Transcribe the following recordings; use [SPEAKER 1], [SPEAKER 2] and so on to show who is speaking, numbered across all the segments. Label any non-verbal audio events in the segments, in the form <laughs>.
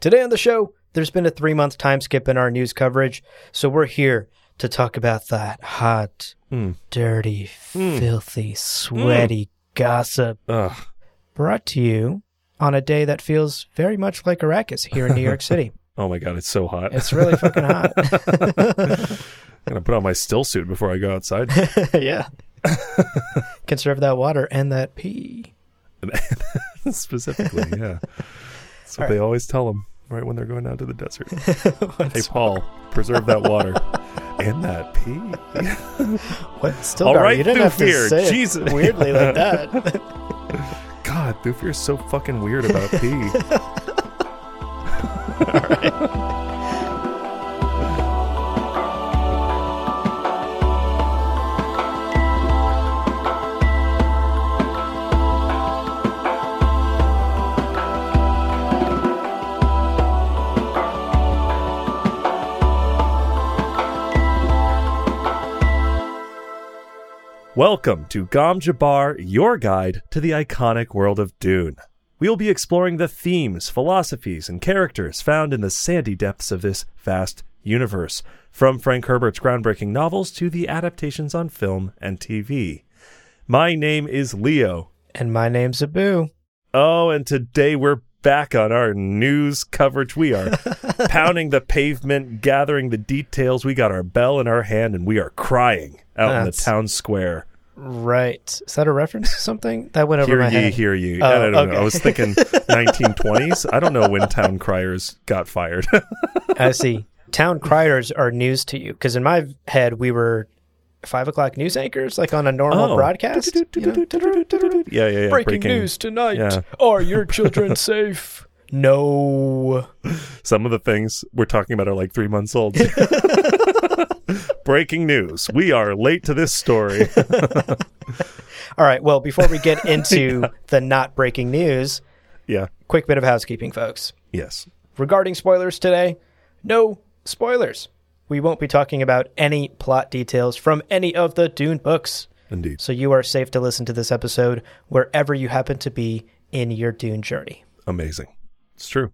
[SPEAKER 1] Today on the show, there's been a three month time skip in our news coverage, so we're here to talk about that hot,
[SPEAKER 2] Hmm.
[SPEAKER 1] dirty,
[SPEAKER 2] Mm.
[SPEAKER 1] filthy, sweaty gossip
[SPEAKER 2] Ugh.
[SPEAKER 1] brought to you on a day that feels very much like Arrakis here in New York
[SPEAKER 2] <laughs>
[SPEAKER 1] City.
[SPEAKER 2] Oh my god, it's so hot. <laughs>
[SPEAKER 1] It's really fucking hot.
[SPEAKER 2] I'm gonna put on my still suit before I go
[SPEAKER 1] <laughs>
[SPEAKER 2] outside.
[SPEAKER 1] yeah. Conserve that water and that pee.
[SPEAKER 2] Specifically, yeah. That's what
[SPEAKER 1] All right.
[SPEAKER 2] they always tell them right when they're going out to
[SPEAKER 1] <laughs>
[SPEAKER 2] the desert. Hey,
[SPEAKER 1] What's-
[SPEAKER 2] Paul, preserve
[SPEAKER 1] <laughs>
[SPEAKER 2] that water and that pee.
[SPEAKER 1] what? Still
[SPEAKER 2] All
[SPEAKER 1] Barry,
[SPEAKER 2] right,
[SPEAKER 1] you didn't have to
[SPEAKER 2] Thufir,
[SPEAKER 1] say it
[SPEAKER 2] Jesus.
[SPEAKER 1] weirdly like
[SPEAKER 2] <laughs>
[SPEAKER 1] that.
[SPEAKER 2] God, Doof, you're so fucking weird about
[SPEAKER 1] <laughs>
[SPEAKER 2] pee. Welcome to Gamja Bar, your guide to the iconic world of Dune. We'll be exploring the themes, philosophies, and characters found in the sandy depths of this vast universe, from Frank Herbert's groundbreaking novels to the adaptations on film and TV. My name is Leo.
[SPEAKER 1] and my name's Abu.
[SPEAKER 2] Oh, and today we're back on our news coverage. We are pounding the pavement, gathering the details. We got our bell in our hand, and we are crying out in the
[SPEAKER 1] That's-
[SPEAKER 2] town square.
[SPEAKER 1] Right. Is that a reference to something? That went over
[SPEAKER 2] hear
[SPEAKER 1] my
[SPEAKER 2] ye,
[SPEAKER 1] head.
[SPEAKER 2] hear ye.
[SPEAKER 1] Oh,
[SPEAKER 2] I don't
[SPEAKER 1] okay.
[SPEAKER 2] know. I was
[SPEAKER 1] <laughs>
[SPEAKER 2] thinking 1920s. I don't know when town criers got fired.
[SPEAKER 1] <laughs> I Uh, see. Town criers are news to you because in my head we were five o'clock news anchors, like on a normal
[SPEAKER 2] Oh.
[SPEAKER 1] broadcast. you know?
[SPEAKER 2] yeah, yeah, yeah.
[SPEAKER 1] Breaking news tonight.
[SPEAKER 2] Yeah.
[SPEAKER 1] Are your children safe? No.
[SPEAKER 2] Some of the things we're talking about are like three
[SPEAKER 1] <laughs>
[SPEAKER 2] months old. Breaking news. We are late to this
[SPEAKER 1] <laughs>
[SPEAKER 2] story.
[SPEAKER 1] All right. Well, before we get into the not breaking news,
[SPEAKER 2] yeah.
[SPEAKER 1] quick bit of housekeeping, folks.
[SPEAKER 2] Yes.
[SPEAKER 1] regarding spoilers today, no spoilers. We won't be talking about any plot details from any of the Dune books.
[SPEAKER 2] Indeed.
[SPEAKER 1] So you are safe to listen to this episode wherever you happen to be in your Dune journey.
[SPEAKER 2] Amazing. It's true.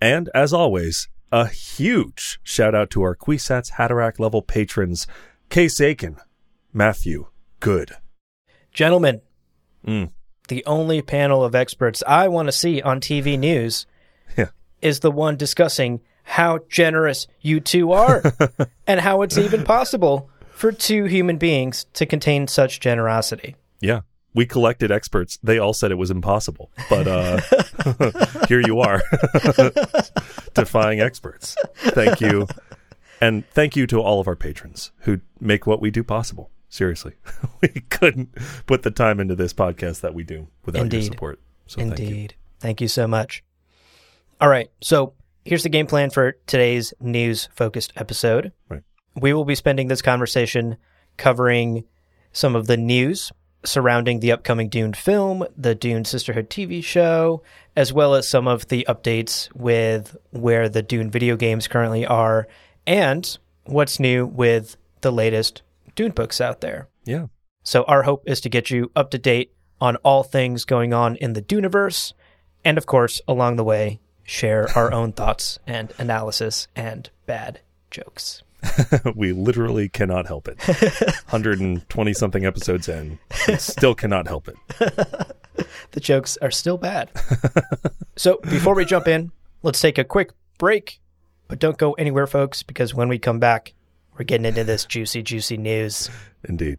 [SPEAKER 2] And as always, a huge shout out to our Quisatz Hatterack level patrons, Case Aiken, Matthew, Good.
[SPEAKER 1] Gentlemen,
[SPEAKER 2] Mm.
[SPEAKER 1] the only panel of experts I want to see on TV news
[SPEAKER 2] Yeah.
[SPEAKER 1] is the one discussing how generous you two are and how it's even possible for two human beings to contain such generosity.
[SPEAKER 2] Yeah. We collected experts. They all said it was impossible. But uh, <laughs> here you are, <laughs> defying experts. Thank you. And thank you to all of our patrons who make what we do possible. Seriously, <laughs> we couldn't put the time into this podcast that we do without your
[SPEAKER 1] Indeed.
[SPEAKER 2] support. So
[SPEAKER 1] Indeed.
[SPEAKER 2] thank you.
[SPEAKER 1] so much. All right. So here's the game plan for today's news focused episode.
[SPEAKER 2] Right.
[SPEAKER 1] We will be spending this conversation covering some of the news surrounding the upcoming Dune film, the Dune Sisterhood TV show, as well as some of the updates with where the Dune video games currently are and what's new with the latest Dune books out there.
[SPEAKER 2] Yeah. <laughs>
[SPEAKER 1] So our hope is to get you up to date on all things going on in the Duniverse, and of course, along the way, share our <laughs> own thoughts and analysis and bad jokes.
[SPEAKER 2] we literally cannot
[SPEAKER 1] <laughs>
[SPEAKER 2] help it. 120 something episodes in, we still cannot help it.
[SPEAKER 1] The jokes are still bad. <laughs> so before we jump in, let's take a quick break, but don't go anywhere, folks, because when we come back, we're getting into this juicy, juicy news.
[SPEAKER 2] Indeed.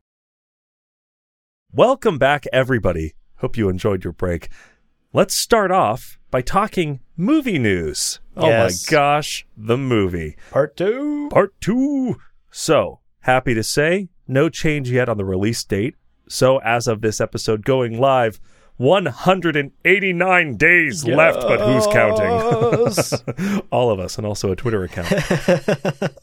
[SPEAKER 2] Welcome back, everybody. Hope you enjoyed your break. Let's start off by talking movie news.
[SPEAKER 1] Yes.
[SPEAKER 2] Oh my gosh, the movie.
[SPEAKER 1] Part two.
[SPEAKER 2] Part two. So, happy to say, no change yet on the release date. So, as of this episode going live, 189 days left, but who's
[SPEAKER 1] Yes.
[SPEAKER 2] counting? <laughs> All of us, and also a
[SPEAKER 1] <laughs>
[SPEAKER 2] Twitter account.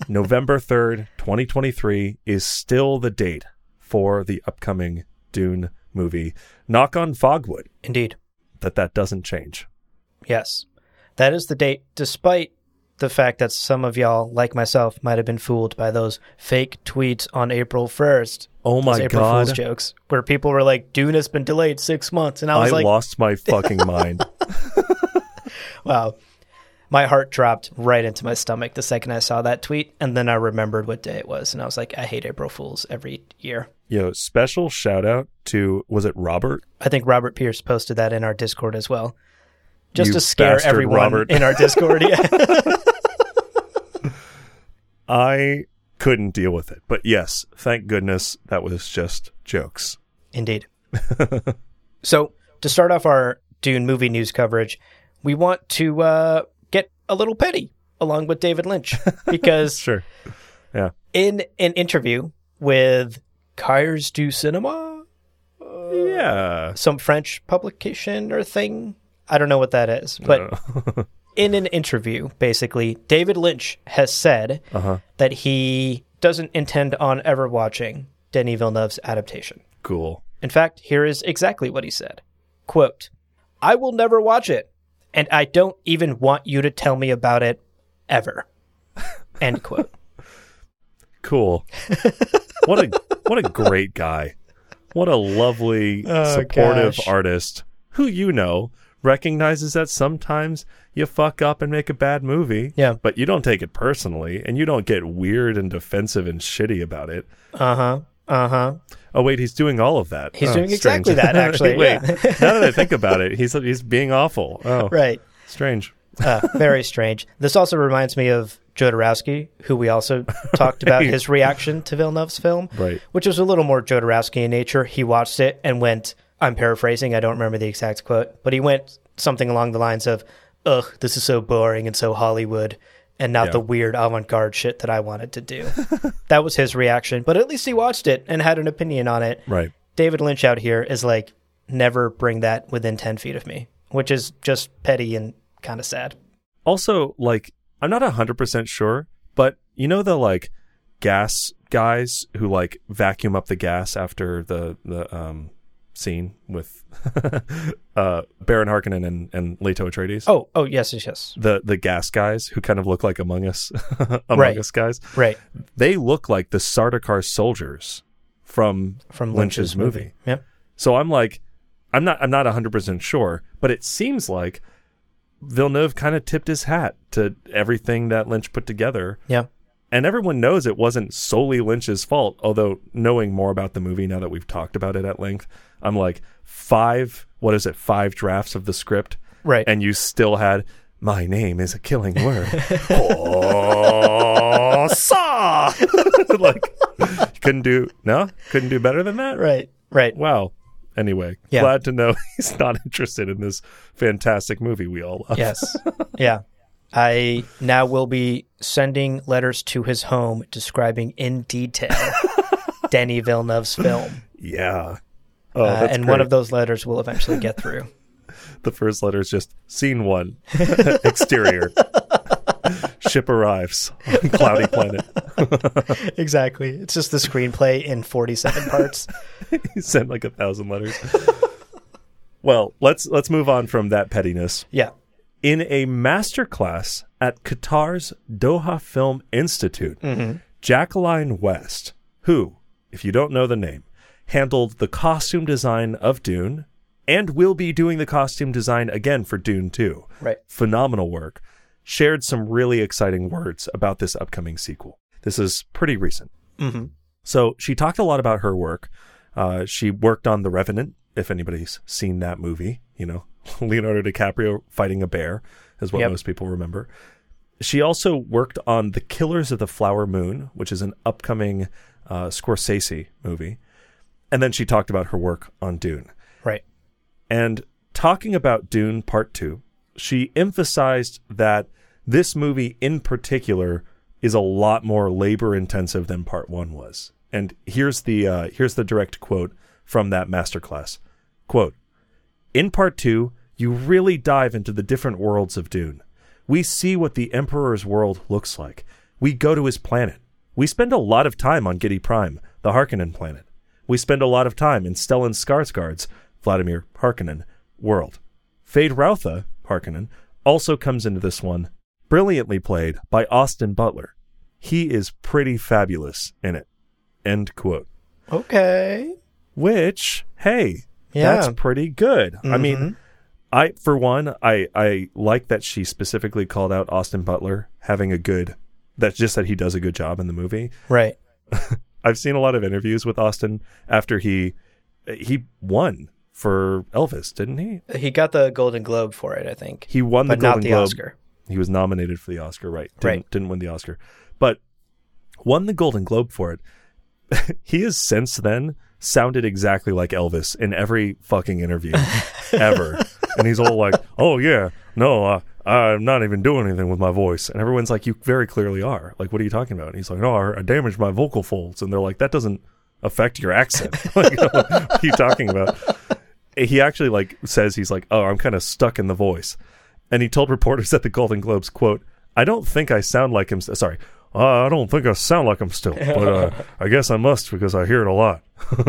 [SPEAKER 2] November 3rd, 2023 is still the date for the upcoming Dune movie. Knock on Fogwood
[SPEAKER 1] Indeed.
[SPEAKER 2] that that doesn't change.
[SPEAKER 1] Yes. That is the date, despite the fact that some of y'all, like myself, might have been fooled by those fake tweets on April 1st.
[SPEAKER 2] Oh my
[SPEAKER 1] those April Fool's
[SPEAKER 2] God.
[SPEAKER 1] jokes where people were like, Dune has been delayed six months. And I was
[SPEAKER 2] I
[SPEAKER 1] like,
[SPEAKER 2] lost
[SPEAKER 1] <laughs>
[SPEAKER 2] my fucking mind.
[SPEAKER 1] wow. My heart dropped right into my stomach the second I saw that tweet. And then I remembered what day it was. And I was like, I hate April Fools every year.
[SPEAKER 2] Yo, special shout out to was it Robert?
[SPEAKER 1] I think Robert Pierce posted that in our Discord as well. Just
[SPEAKER 2] You
[SPEAKER 1] to scare
[SPEAKER 2] bastard,
[SPEAKER 1] everyone
[SPEAKER 2] Robert.
[SPEAKER 1] in our
[SPEAKER 2] <laughs>
[SPEAKER 1] Discord. Yeah.
[SPEAKER 2] I couldn't deal with it. But yes, thank goodness that was just jokes.
[SPEAKER 1] Indeed. so, to start off our Dune movie news coverage, we want to uh, get a little petty along with David Lynch because
[SPEAKER 2] Sure.
[SPEAKER 1] in an interview with Cars du Cinema,
[SPEAKER 2] Yeah.
[SPEAKER 1] some French publication or thing, I don't know what that is, but in an interview, basically, David Lynch has said that he doesn't intend on ever watching Denis Villeneuve's adaptation.
[SPEAKER 2] Cool.
[SPEAKER 1] In fact, here is exactly what he said. Quote, I will never watch it, and I don't even want you to tell me about it ever. <laughs> End quote.
[SPEAKER 2] Cool. <laughs> what a what a great guy. What a lovely
[SPEAKER 1] Oh,
[SPEAKER 2] supportive
[SPEAKER 1] gosh.
[SPEAKER 2] artist who you know recognizes that sometimes you fuck up and make a bad movie.
[SPEAKER 1] Yeah.
[SPEAKER 2] But you don't take it personally and you don't get weird and defensive and shitty about it.
[SPEAKER 1] Uh huh. Uh huh.
[SPEAKER 2] Oh wait, he's doing all of that.
[SPEAKER 1] He's
[SPEAKER 2] Oh,
[SPEAKER 1] doing
[SPEAKER 2] strange.
[SPEAKER 1] exactly
[SPEAKER 2] <laughs>
[SPEAKER 1] that, actually,
[SPEAKER 2] wait,
[SPEAKER 1] yeah. <laughs>
[SPEAKER 2] now that I think about it, he's he's being awful. Oh,
[SPEAKER 1] Right.
[SPEAKER 2] strange.
[SPEAKER 1] Uh, <laughs> very strange. This also reminds me of Jodorowsky, who we
[SPEAKER 2] <laughs>
[SPEAKER 1] also talked about
[SPEAKER 2] Right.
[SPEAKER 1] his reaction to Villeneuve's film,
[SPEAKER 2] Right.
[SPEAKER 1] which was a little more Jodorowsky in nature. He watched it and went, I'm paraphrasing, I don't remember the exact quote, but he went something along the lines of, ugh, this is so boring and so Hollywood and not
[SPEAKER 2] Yeah.
[SPEAKER 1] the weird avant garde shit that I wanted to do. <laughs> that was his reaction, but at least he watched it and had an opinion on it.
[SPEAKER 2] Right.
[SPEAKER 1] David Lynch out here is like, never bring that within 10 feet of me, which is just petty and kind of sad.
[SPEAKER 2] Also, like, I'm not 100% sure, but you know the, like, gas guys who, like, vacuum up the gas after the, the um, scene with <laughs> uh, Baron Harkonnen and, and Leto Atreides?
[SPEAKER 1] Oh, oh yes, yes, yes.
[SPEAKER 2] The, the gas guys who kind of look like Among Us, <laughs> Among
[SPEAKER 1] Right.
[SPEAKER 2] Us guys.
[SPEAKER 1] Right.
[SPEAKER 2] They look like the Sardaukar soldiers from,
[SPEAKER 1] From
[SPEAKER 2] Lynch's, movie.
[SPEAKER 1] Yep.
[SPEAKER 2] So I'm like, I'm not, I'm not 100% sure, but it seems like Villeneuve kind of tipped his hat to everything that Lynch put together.
[SPEAKER 1] Yeah.
[SPEAKER 2] And everyone knows it wasn't solely Lynch's fault, although knowing more about the movie now that we've talked about it at length, I'm like, five, what is it, five drafts of the script,
[SPEAKER 1] Right.
[SPEAKER 2] and you still had, my name is a killing
[SPEAKER 1] <laughs>
[SPEAKER 2] word. oh, saw! <laughs> like, you couldn't do, no, couldn't do better than that?
[SPEAKER 1] right. Right.
[SPEAKER 2] Wow. Anyway,
[SPEAKER 1] Yeah.
[SPEAKER 2] glad to know <laughs> he's not interested in this fantastic movie we all
[SPEAKER 1] <laughs>
[SPEAKER 2] love.
[SPEAKER 1] Yes. yeah. I now will be sending letters to his home describing in <laughs> detail Denny Villeneuve's film.
[SPEAKER 2] Yeah. Oh,
[SPEAKER 1] Uh,
[SPEAKER 2] that's
[SPEAKER 1] and one
[SPEAKER 2] great.
[SPEAKER 1] of those letters will eventually get through.
[SPEAKER 2] the first letter is just scene one, <laughs> exterior. Ship arrives on cloudy planet.
[SPEAKER 1] <laughs>
[SPEAKER 2] <laughs>
[SPEAKER 1] exactly. It's just the screenplay in <laughs> 47 parts.
[SPEAKER 2] He sent like a thousand letters. well, let's let's move on from that pettiness.
[SPEAKER 1] Yeah.
[SPEAKER 2] in a masterclass at Qatar's Doha Film Institute, Jacqueline West, who, if you don't know the name, handled the costume design of Dune and will be doing the costume design again for Dune 2.
[SPEAKER 1] Right.
[SPEAKER 2] Phenomenal work. Shared some really exciting words about this upcoming sequel. This is pretty recent.
[SPEAKER 1] hmm
[SPEAKER 2] So she talked a lot about her work. Uh, she worked on The Revenant, if anybody's seen that movie, you know, <laughs> Leonardo DiCaprio fighting a bear is what
[SPEAKER 1] Yep.
[SPEAKER 2] most people remember. She also worked on The Killers of the Flower Moon, which is an upcoming uh, Scorsese movie. And then she talked about her work on Dune.
[SPEAKER 1] Right.
[SPEAKER 2] And talking about Dune Part 2, she emphasized that this movie in particular is a lot more labor intensive than Part 1 was. And here's the uh, here's the direct quote from that masterclass. Quote, In part two, you really dive into the different worlds of Dune. We see what the Emperor's world looks like. We go to his planet. We spend a lot of time on Giddy Prime, the Harkonnen planet. We spend a lot of time in Stellan Skarsgård's, Vladimir Harkonnen, world. Fade Routha, Harkonnen, also comes into this one, brilliantly played by Austin Butler. He is pretty fabulous in it. End quote.
[SPEAKER 1] Okay.
[SPEAKER 2] Which, hey,
[SPEAKER 1] Yeah.
[SPEAKER 2] that's pretty good. I mean,
[SPEAKER 1] Mhm.
[SPEAKER 2] I for one, I I like that she specifically called out Austin Butler having a good that's just that he does a good job in the movie.
[SPEAKER 1] Right.
[SPEAKER 2] I've seen a lot of interviews with Austin after he he won for Elvis, didn't he?
[SPEAKER 1] He got the Golden Globe for it, I think.
[SPEAKER 2] He won the
[SPEAKER 1] but
[SPEAKER 2] Golden
[SPEAKER 1] not the
[SPEAKER 2] Globe.
[SPEAKER 1] Oscar.
[SPEAKER 2] He was nominated for the Oscar, right? Didn't,
[SPEAKER 1] Right.
[SPEAKER 2] Didn't win the Oscar, but won the Golden Globe for it. <laughs> he has since then sounded exactly like Elvis in every fucking interview ever, and he's all like, "Oh yeah, no, uh, I'm not even doing anything with my voice," and everyone's like, "You very clearly are. Like, what are you talking about?" And he's like, "No, I, I damaged my vocal folds," and they're like, "That doesn't affect your accent. <laughs> like, what are you talking about?" he actually like says he's like, "Oh, I'm kind of stuck in the voice," and he told reporters at the Golden Globes, "quote I don't think I sound like him. Sorry, uh, I don't think I sound like him still, but uh, I guess I must because I hear it a lot."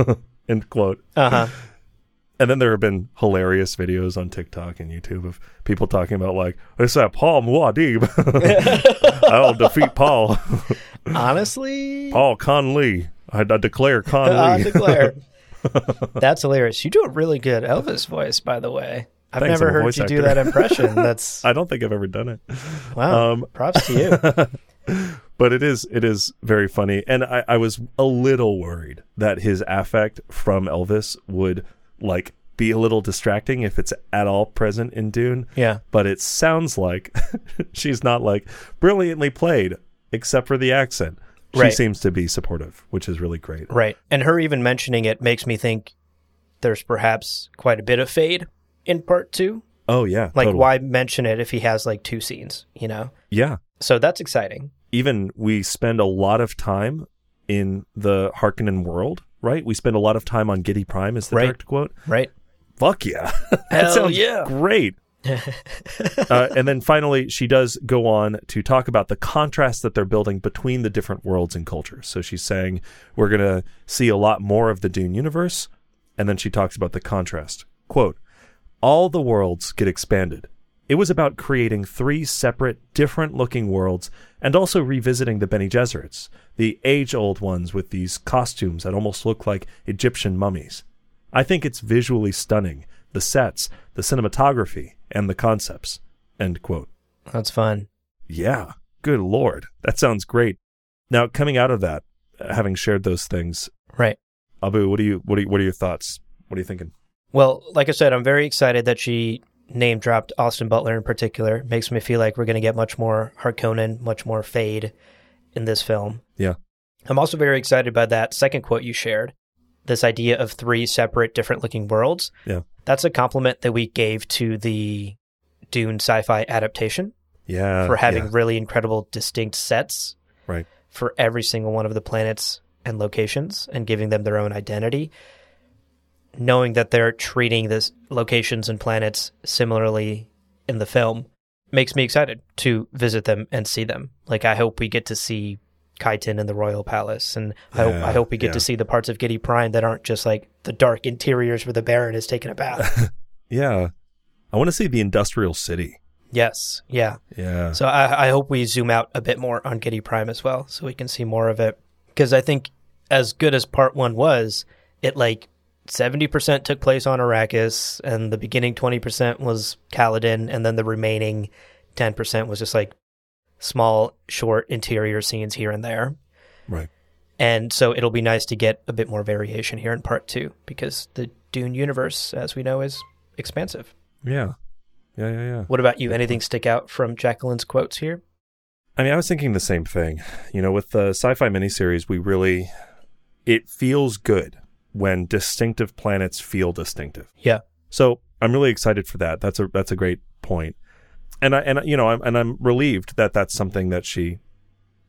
[SPEAKER 2] <laughs> End quote.
[SPEAKER 1] Uh huh.
[SPEAKER 2] And then there have been hilarious videos on TikTok and YouTube of people talking about like, "It's that Paul Muad'Dib. <laughs> I'll defeat Paul.
[SPEAKER 1] Honestly,
[SPEAKER 2] Paul Conley. I, I declare
[SPEAKER 1] <laughs> I
[SPEAKER 2] Conley."
[SPEAKER 1] declare. That's hilarious. You do a really good Elvis voice, by the way. I've
[SPEAKER 2] Thanks,
[SPEAKER 1] never
[SPEAKER 2] I'm a
[SPEAKER 1] heard
[SPEAKER 2] voice
[SPEAKER 1] you do
[SPEAKER 2] actor.
[SPEAKER 1] that impression. That's
[SPEAKER 2] <laughs> <laughs> I don't think I've ever done it.
[SPEAKER 1] wow.
[SPEAKER 2] um,
[SPEAKER 1] props to
[SPEAKER 2] <laughs>
[SPEAKER 1] you.
[SPEAKER 2] but it is it is very funny and I, I was a little worried that his affect from elvis would like be a little distracting if it's at all present in dune
[SPEAKER 1] Yeah.
[SPEAKER 2] but it sounds like <laughs> she's not like brilliantly played except for the accent she
[SPEAKER 1] Right.
[SPEAKER 2] seems to be supportive which is really great
[SPEAKER 1] Right. And her even mentioning it makes me think there's perhaps quite a bit of fade in part two.
[SPEAKER 2] oh yeah
[SPEAKER 1] Like,
[SPEAKER 2] totally.
[SPEAKER 1] why mention it if he has like two scenes, you know?
[SPEAKER 2] yeah
[SPEAKER 1] So that's exciting.
[SPEAKER 2] even we spend a lot of time in the harkonnen world right we spend a lot of time on giddy prime is the
[SPEAKER 1] Right.
[SPEAKER 2] direct quote
[SPEAKER 1] Right.
[SPEAKER 2] fuck yeah. <laughs> that
[SPEAKER 1] Hell
[SPEAKER 2] sounds
[SPEAKER 1] yeah. <laughs>
[SPEAKER 2] great. uh, and then finally, she does go on to talk about the contrast that they're building between the different worlds and cultures. So she's saying we're going to see a lot more of the Dune universe. And then she talks about the contrast. Quote All the worlds get expanded. It was about creating three separate, different looking worlds and also revisiting the Bene Gesserits, the age old ones with these costumes that almost look like Egyptian mummies. I think it's visually stunning. The sets, the cinematography, and the concepts. End quote.
[SPEAKER 1] That's fun.
[SPEAKER 2] Yeah. Good lord. That sounds great. Now, coming out of that, having shared those things,
[SPEAKER 1] Right.
[SPEAKER 2] Abu, what do you what are, what are your thoughts? What are you thinking?
[SPEAKER 1] Well, like I said, I'm very excited that she name dropped Austin Butler in particular. Makes me feel like we're going to get much more Harkonnen, much more Fade in this film.
[SPEAKER 2] Yeah.
[SPEAKER 1] I'm also very excited by that second quote you shared this idea of three separate, different looking worlds.
[SPEAKER 2] Yeah.
[SPEAKER 1] That's a compliment that we gave to the Dune sci fi adaptation
[SPEAKER 2] Yeah.
[SPEAKER 1] for having
[SPEAKER 2] Uh, yeah.
[SPEAKER 1] really incredible, distinct sets
[SPEAKER 2] right.
[SPEAKER 1] for every single one of the planets and locations and giving them their own identity. Knowing that they're treating this locations and planets similarly in the film makes me excited to visit them and see them. Like I hope we get to see Kaiten and the Royal Palace and I hope
[SPEAKER 2] Yeah,
[SPEAKER 1] I hope we get
[SPEAKER 2] yeah.
[SPEAKER 1] to see the parts of Giddy Prime that aren't just like the dark interiors where the Baron is taking a bath.
[SPEAKER 2] <laughs> Yeah. I want to see the industrial city.
[SPEAKER 1] yes. Yeah.
[SPEAKER 2] Yeah.
[SPEAKER 1] So I, I hope we zoom out a bit more on Giddy Prime as well, so we can see more of it. Because I think as good as part one was, it like seventy percent took place on Arrakis, and the beginning twenty percent was Kaladin, and then the remaining ten percent was just like small, short interior scenes here and there.
[SPEAKER 2] right.
[SPEAKER 1] And so it'll be nice to get a bit more variation here in part two, because the Dune universe, as we know, is expansive.
[SPEAKER 2] Yeah. Yeah, yeah, yeah.
[SPEAKER 1] What about you? Anything stick out from Jacqueline's quotes here?
[SPEAKER 2] I mean, I was thinking the same thing. You know, with the sci-fi miniseries, we really it feels good when distinctive planets feel distinctive.
[SPEAKER 1] Yeah.
[SPEAKER 2] So I'm really excited for that. That's a that's a great point, and I and you know I'm and I'm relieved that that's something that she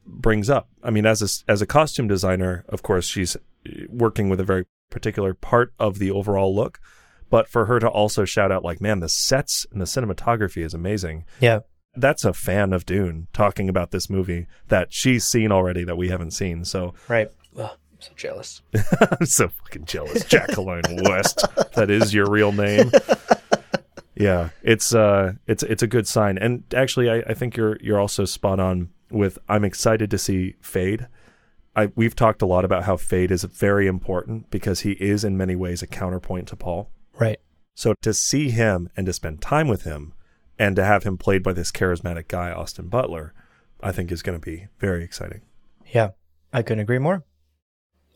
[SPEAKER 2] brings up. I mean, as a as a costume designer, of course, she's uh, working with a very particular part of the overall look, but for her to also shout out like, "Man, the sets and the cinematography is amazing."
[SPEAKER 1] Yeah.
[SPEAKER 2] That's a fan of Dune talking about this movie that she's seen already that we haven't seen. So <laughs>
[SPEAKER 1] Right. Ugh, I'm so jealous.
[SPEAKER 2] I'm so fucking jealous. Jacqueline West. That is your real name. Yeah, it's uh it's it's a good sign. And actually I, I think you're you're also spot on with I'm excited to see Fade. I we've talked a lot about how Fade is very important because he is in many ways a counterpoint to Paul.
[SPEAKER 1] Right.
[SPEAKER 2] So to see him and to spend time with him and to have him played by this charismatic guy, Austin Butler, I think is going to be very exciting.
[SPEAKER 1] Yeah. I couldn't agree more.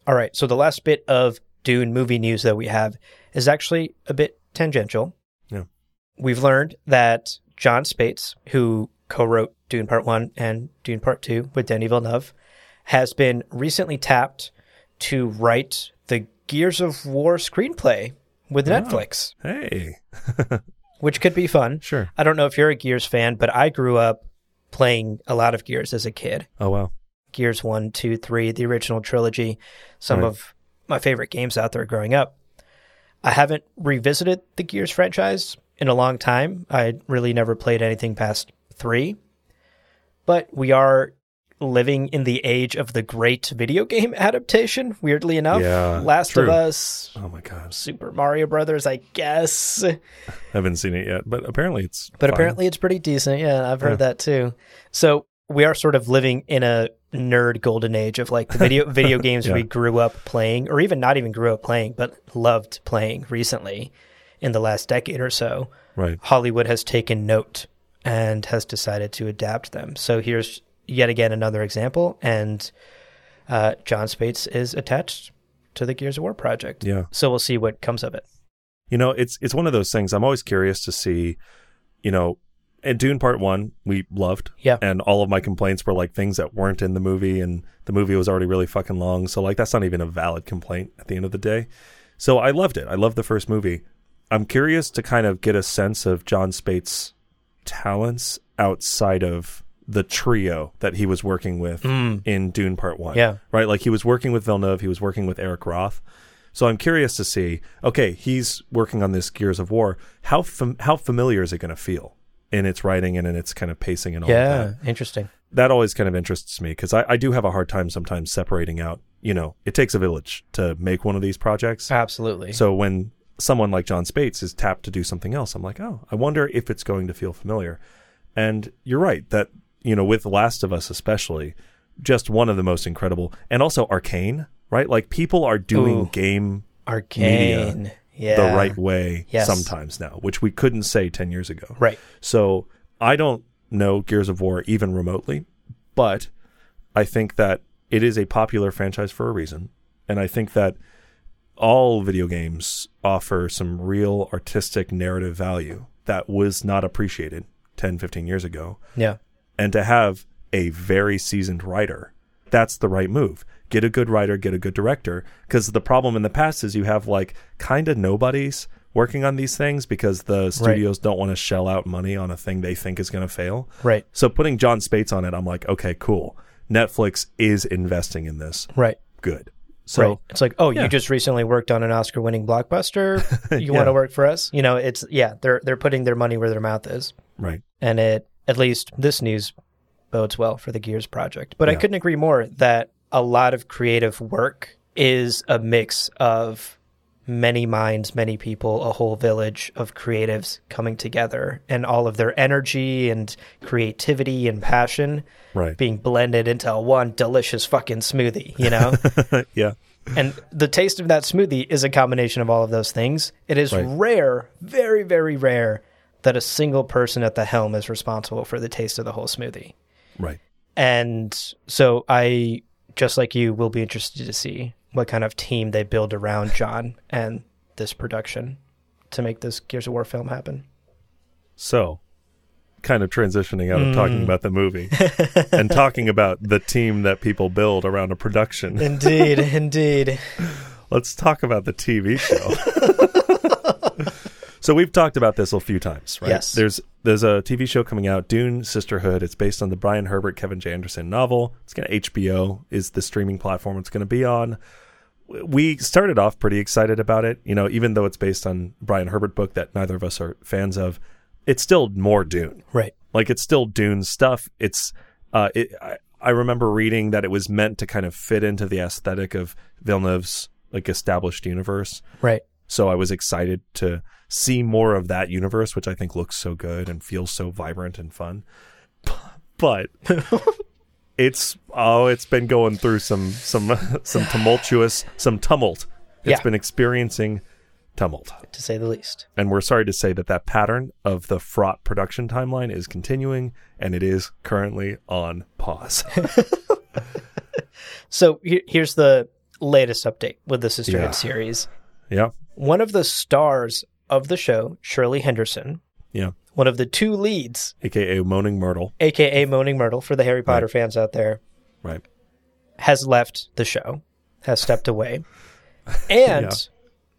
[SPEAKER 1] All right. So the last bit of Dune movie news that we have is actually a bit tangential.
[SPEAKER 2] Yeah.
[SPEAKER 1] We've learned that John Spates, who co wrote Dune Part 1 and Dune Part 2 with Denis Villeneuve, has been recently tapped to write the Gears of War screenplay
[SPEAKER 2] Oh.
[SPEAKER 1] with Netflix.
[SPEAKER 2] Hey.
[SPEAKER 1] which could be fun.
[SPEAKER 2] Sure.
[SPEAKER 1] I don't know if you're a Gears fan, but I grew up playing a lot of Gears as a kid.
[SPEAKER 2] Oh wow.
[SPEAKER 1] Gears 1, 2, 3, the original trilogy, some
[SPEAKER 2] Right.
[SPEAKER 1] of my favorite games out there growing up. I haven't revisited the Gears franchise in a long time. I really never played anything past 3. But we are living in the age of the great video game <laughs> adaptation, weirdly enough.
[SPEAKER 2] Yeah,
[SPEAKER 1] Last of
[SPEAKER 2] true.
[SPEAKER 1] Us,
[SPEAKER 2] Oh my god.
[SPEAKER 1] Super Mario Brothers, I guess.
[SPEAKER 2] Haven't seen it yet, but apparently it's
[SPEAKER 1] But
[SPEAKER 2] fine.
[SPEAKER 1] apparently it's pretty decent. Yeah, I've heard
[SPEAKER 2] Yeah.
[SPEAKER 1] that too. So we are sort of living in a nerd golden age of like the
[SPEAKER 2] <laughs>
[SPEAKER 1] video video games we
[SPEAKER 2] Yeah.
[SPEAKER 1] grew up playing, or even not even grew up playing, but loved playing recently in the last decade or so.
[SPEAKER 2] right.
[SPEAKER 1] Hollywood has taken note and has decided to adapt them. So here's yet again another example, and uh, John Spates is attached to the Gears of War project.
[SPEAKER 2] Yeah.
[SPEAKER 1] So we'll see what comes of it.
[SPEAKER 2] You know, it's it's one of those things. I'm always curious to see, you know, and Dune Part One we loved,
[SPEAKER 1] Yeah.
[SPEAKER 2] and all of my complaints were like things that weren't in the movie, and the movie was already really fucking long. So like that's not even a valid complaint at the end of the day. So I loved it. I loved the first movie. I'm curious to kind of get a sense of John Spates' talents outside of the trio that he was working with in Dune Part One.
[SPEAKER 1] Hmm. Yeah.
[SPEAKER 2] right. Like he was working with Villeneuve, he was working with Eric Roth. So I'm curious to see. Okay, he's working on this Gears of War. How fam- how familiar is it going to feel in its writing and in its kind of pacing and all of
[SPEAKER 1] yeah,
[SPEAKER 2] that?
[SPEAKER 1] interesting.
[SPEAKER 2] That always kind of interests me because I, I do have a hard time sometimes separating out. You know, it takes a village to make one of these projects.
[SPEAKER 1] Absolutely.
[SPEAKER 2] So when someone like John Spates is tapped to do something else, I'm like, oh, I wonder if it's going to feel familiar. And you're right that you know with Last of Us especially, just one of the most incredible, and also Arcane, right? Like people are doing
[SPEAKER 1] Ooh.
[SPEAKER 2] game
[SPEAKER 1] Arcane. yeah.
[SPEAKER 2] the right way
[SPEAKER 1] Yes.
[SPEAKER 2] sometimes now, which we couldn't say 10 years ago.
[SPEAKER 1] Right.
[SPEAKER 2] So I don't know Gears of War even remotely, but I think that it is a popular franchise for a reason. And I think that all video games offer some real artistic narrative value that was not appreciated 10, 15 years ago
[SPEAKER 1] Yeah.
[SPEAKER 2] and to have a very seasoned writer, that's the right move. Get a good writer, get a good director. Because the problem in the past is you have like kind of nobodies working on these things because the studios don't want to shell out money on a thing they think is going to fail.
[SPEAKER 1] Right.
[SPEAKER 2] So putting John Spates on it, I'm like, okay, cool. Netflix is investing in this.
[SPEAKER 1] Right.
[SPEAKER 2] Good. So
[SPEAKER 1] So it's like, oh,
[SPEAKER 2] yeah.
[SPEAKER 1] you just recently worked on an Oscar-winning
[SPEAKER 2] <laughs>
[SPEAKER 1] blockbuster. You
[SPEAKER 2] Yeah.
[SPEAKER 1] want to work for us? You know, it's yeah. They're they're putting their money where their mouth is,
[SPEAKER 2] right.
[SPEAKER 1] and it at least this news bodes well for the Gears project. But I
[SPEAKER 2] Yeah.
[SPEAKER 1] couldn't agree more that a lot of creative work is a mix of many minds, many people, a whole village of creatives coming together, and all of their energy and creativity and passion
[SPEAKER 2] Right.
[SPEAKER 1] being blended into one delicious fucking smoothie, you <laughs> know?
[SPEAKER 2] yeah.
[SPEAKER 1] and the taste of that smoothie is a combination of all of those things. It is
[SPEAKER 2] Right.
[SPEAKER 1] rare, very, very rare, that a single person at the helm is responsible for the taste of the whole smoothie.
[SPEAKER 2] Right.
[SPEAKER 1] And so I, just like you, will be interested to see what kind of team they build around John and this production to make this Gears of War film happen.
[SPEAKER 2] So, kind of transitioning out of talking about the movie and talking about the team that people build around a
[SPEAKER 1] <laughs>
[SPEAKER 2] production.
[SPEAKER 1] Indeed, indeed.
[SPEAKER 2] Let's talk about the TV show. <laughs> so we've talked about this a few times, right?
[SPEAKER 1] Yes.
[SPEAKER 2] There's there's a TV show coming out, Dune Sisterhood. It's based on the Brian Herbert Kevin J Anderson novel. It's going to HBO is the streaming platform it's going to be on. we started off pretty excited about it. You know, even though it's based on Brian Herbert book that neither of us are fans of, it's still more Dune.
[SPEAKER 1] Right.
[SPEAKER 2] Like it's still Dune stuff. It's uh, it, I, I remember reading that it was meant to kind of fit into the aesthetic of Villeneuve's like established universe.
[SPEAKER 1] Right.
[SPEAKER 2] So I was excited to see more of that universe, which I think looks so good and feels so vibrant and fun. <laughs> But <laughs> it's oh, it's been going through some some <laughs> some tumultuous some tumult. It's
[SPEAKER 1] Yeah.
[SPEAKER 2] been experiencing tumult,
[SPEAKER 1] To say the least.
[SPEAKER 2] and we're sorry to say that that pattern of the fraught production timeline is continuing, and it is currently on pause.
[SPEAKER 1] So he- here's the latest update with the Sisterhood
[SPEAKER 2] Yeah.
[SPEAKER 1] series.
[SPEAKER 2] yeah,
[SPEAKER 1] One of the stars of the show, Shirley Henderson,
[SPEAKER 2] yeah.
[SPEAKER 1] one of the two leads,
[SPEAKER 2] AKA Moaning Myrtle,
[SPEAKER 1] aka Moaning Myrtle for the Harry Potter fans out there,
[SPEAKER 2] right?
[SPEAKER 1] has left the show, has stepped away. And
[SPEAKER 2] <laughs> Yeah.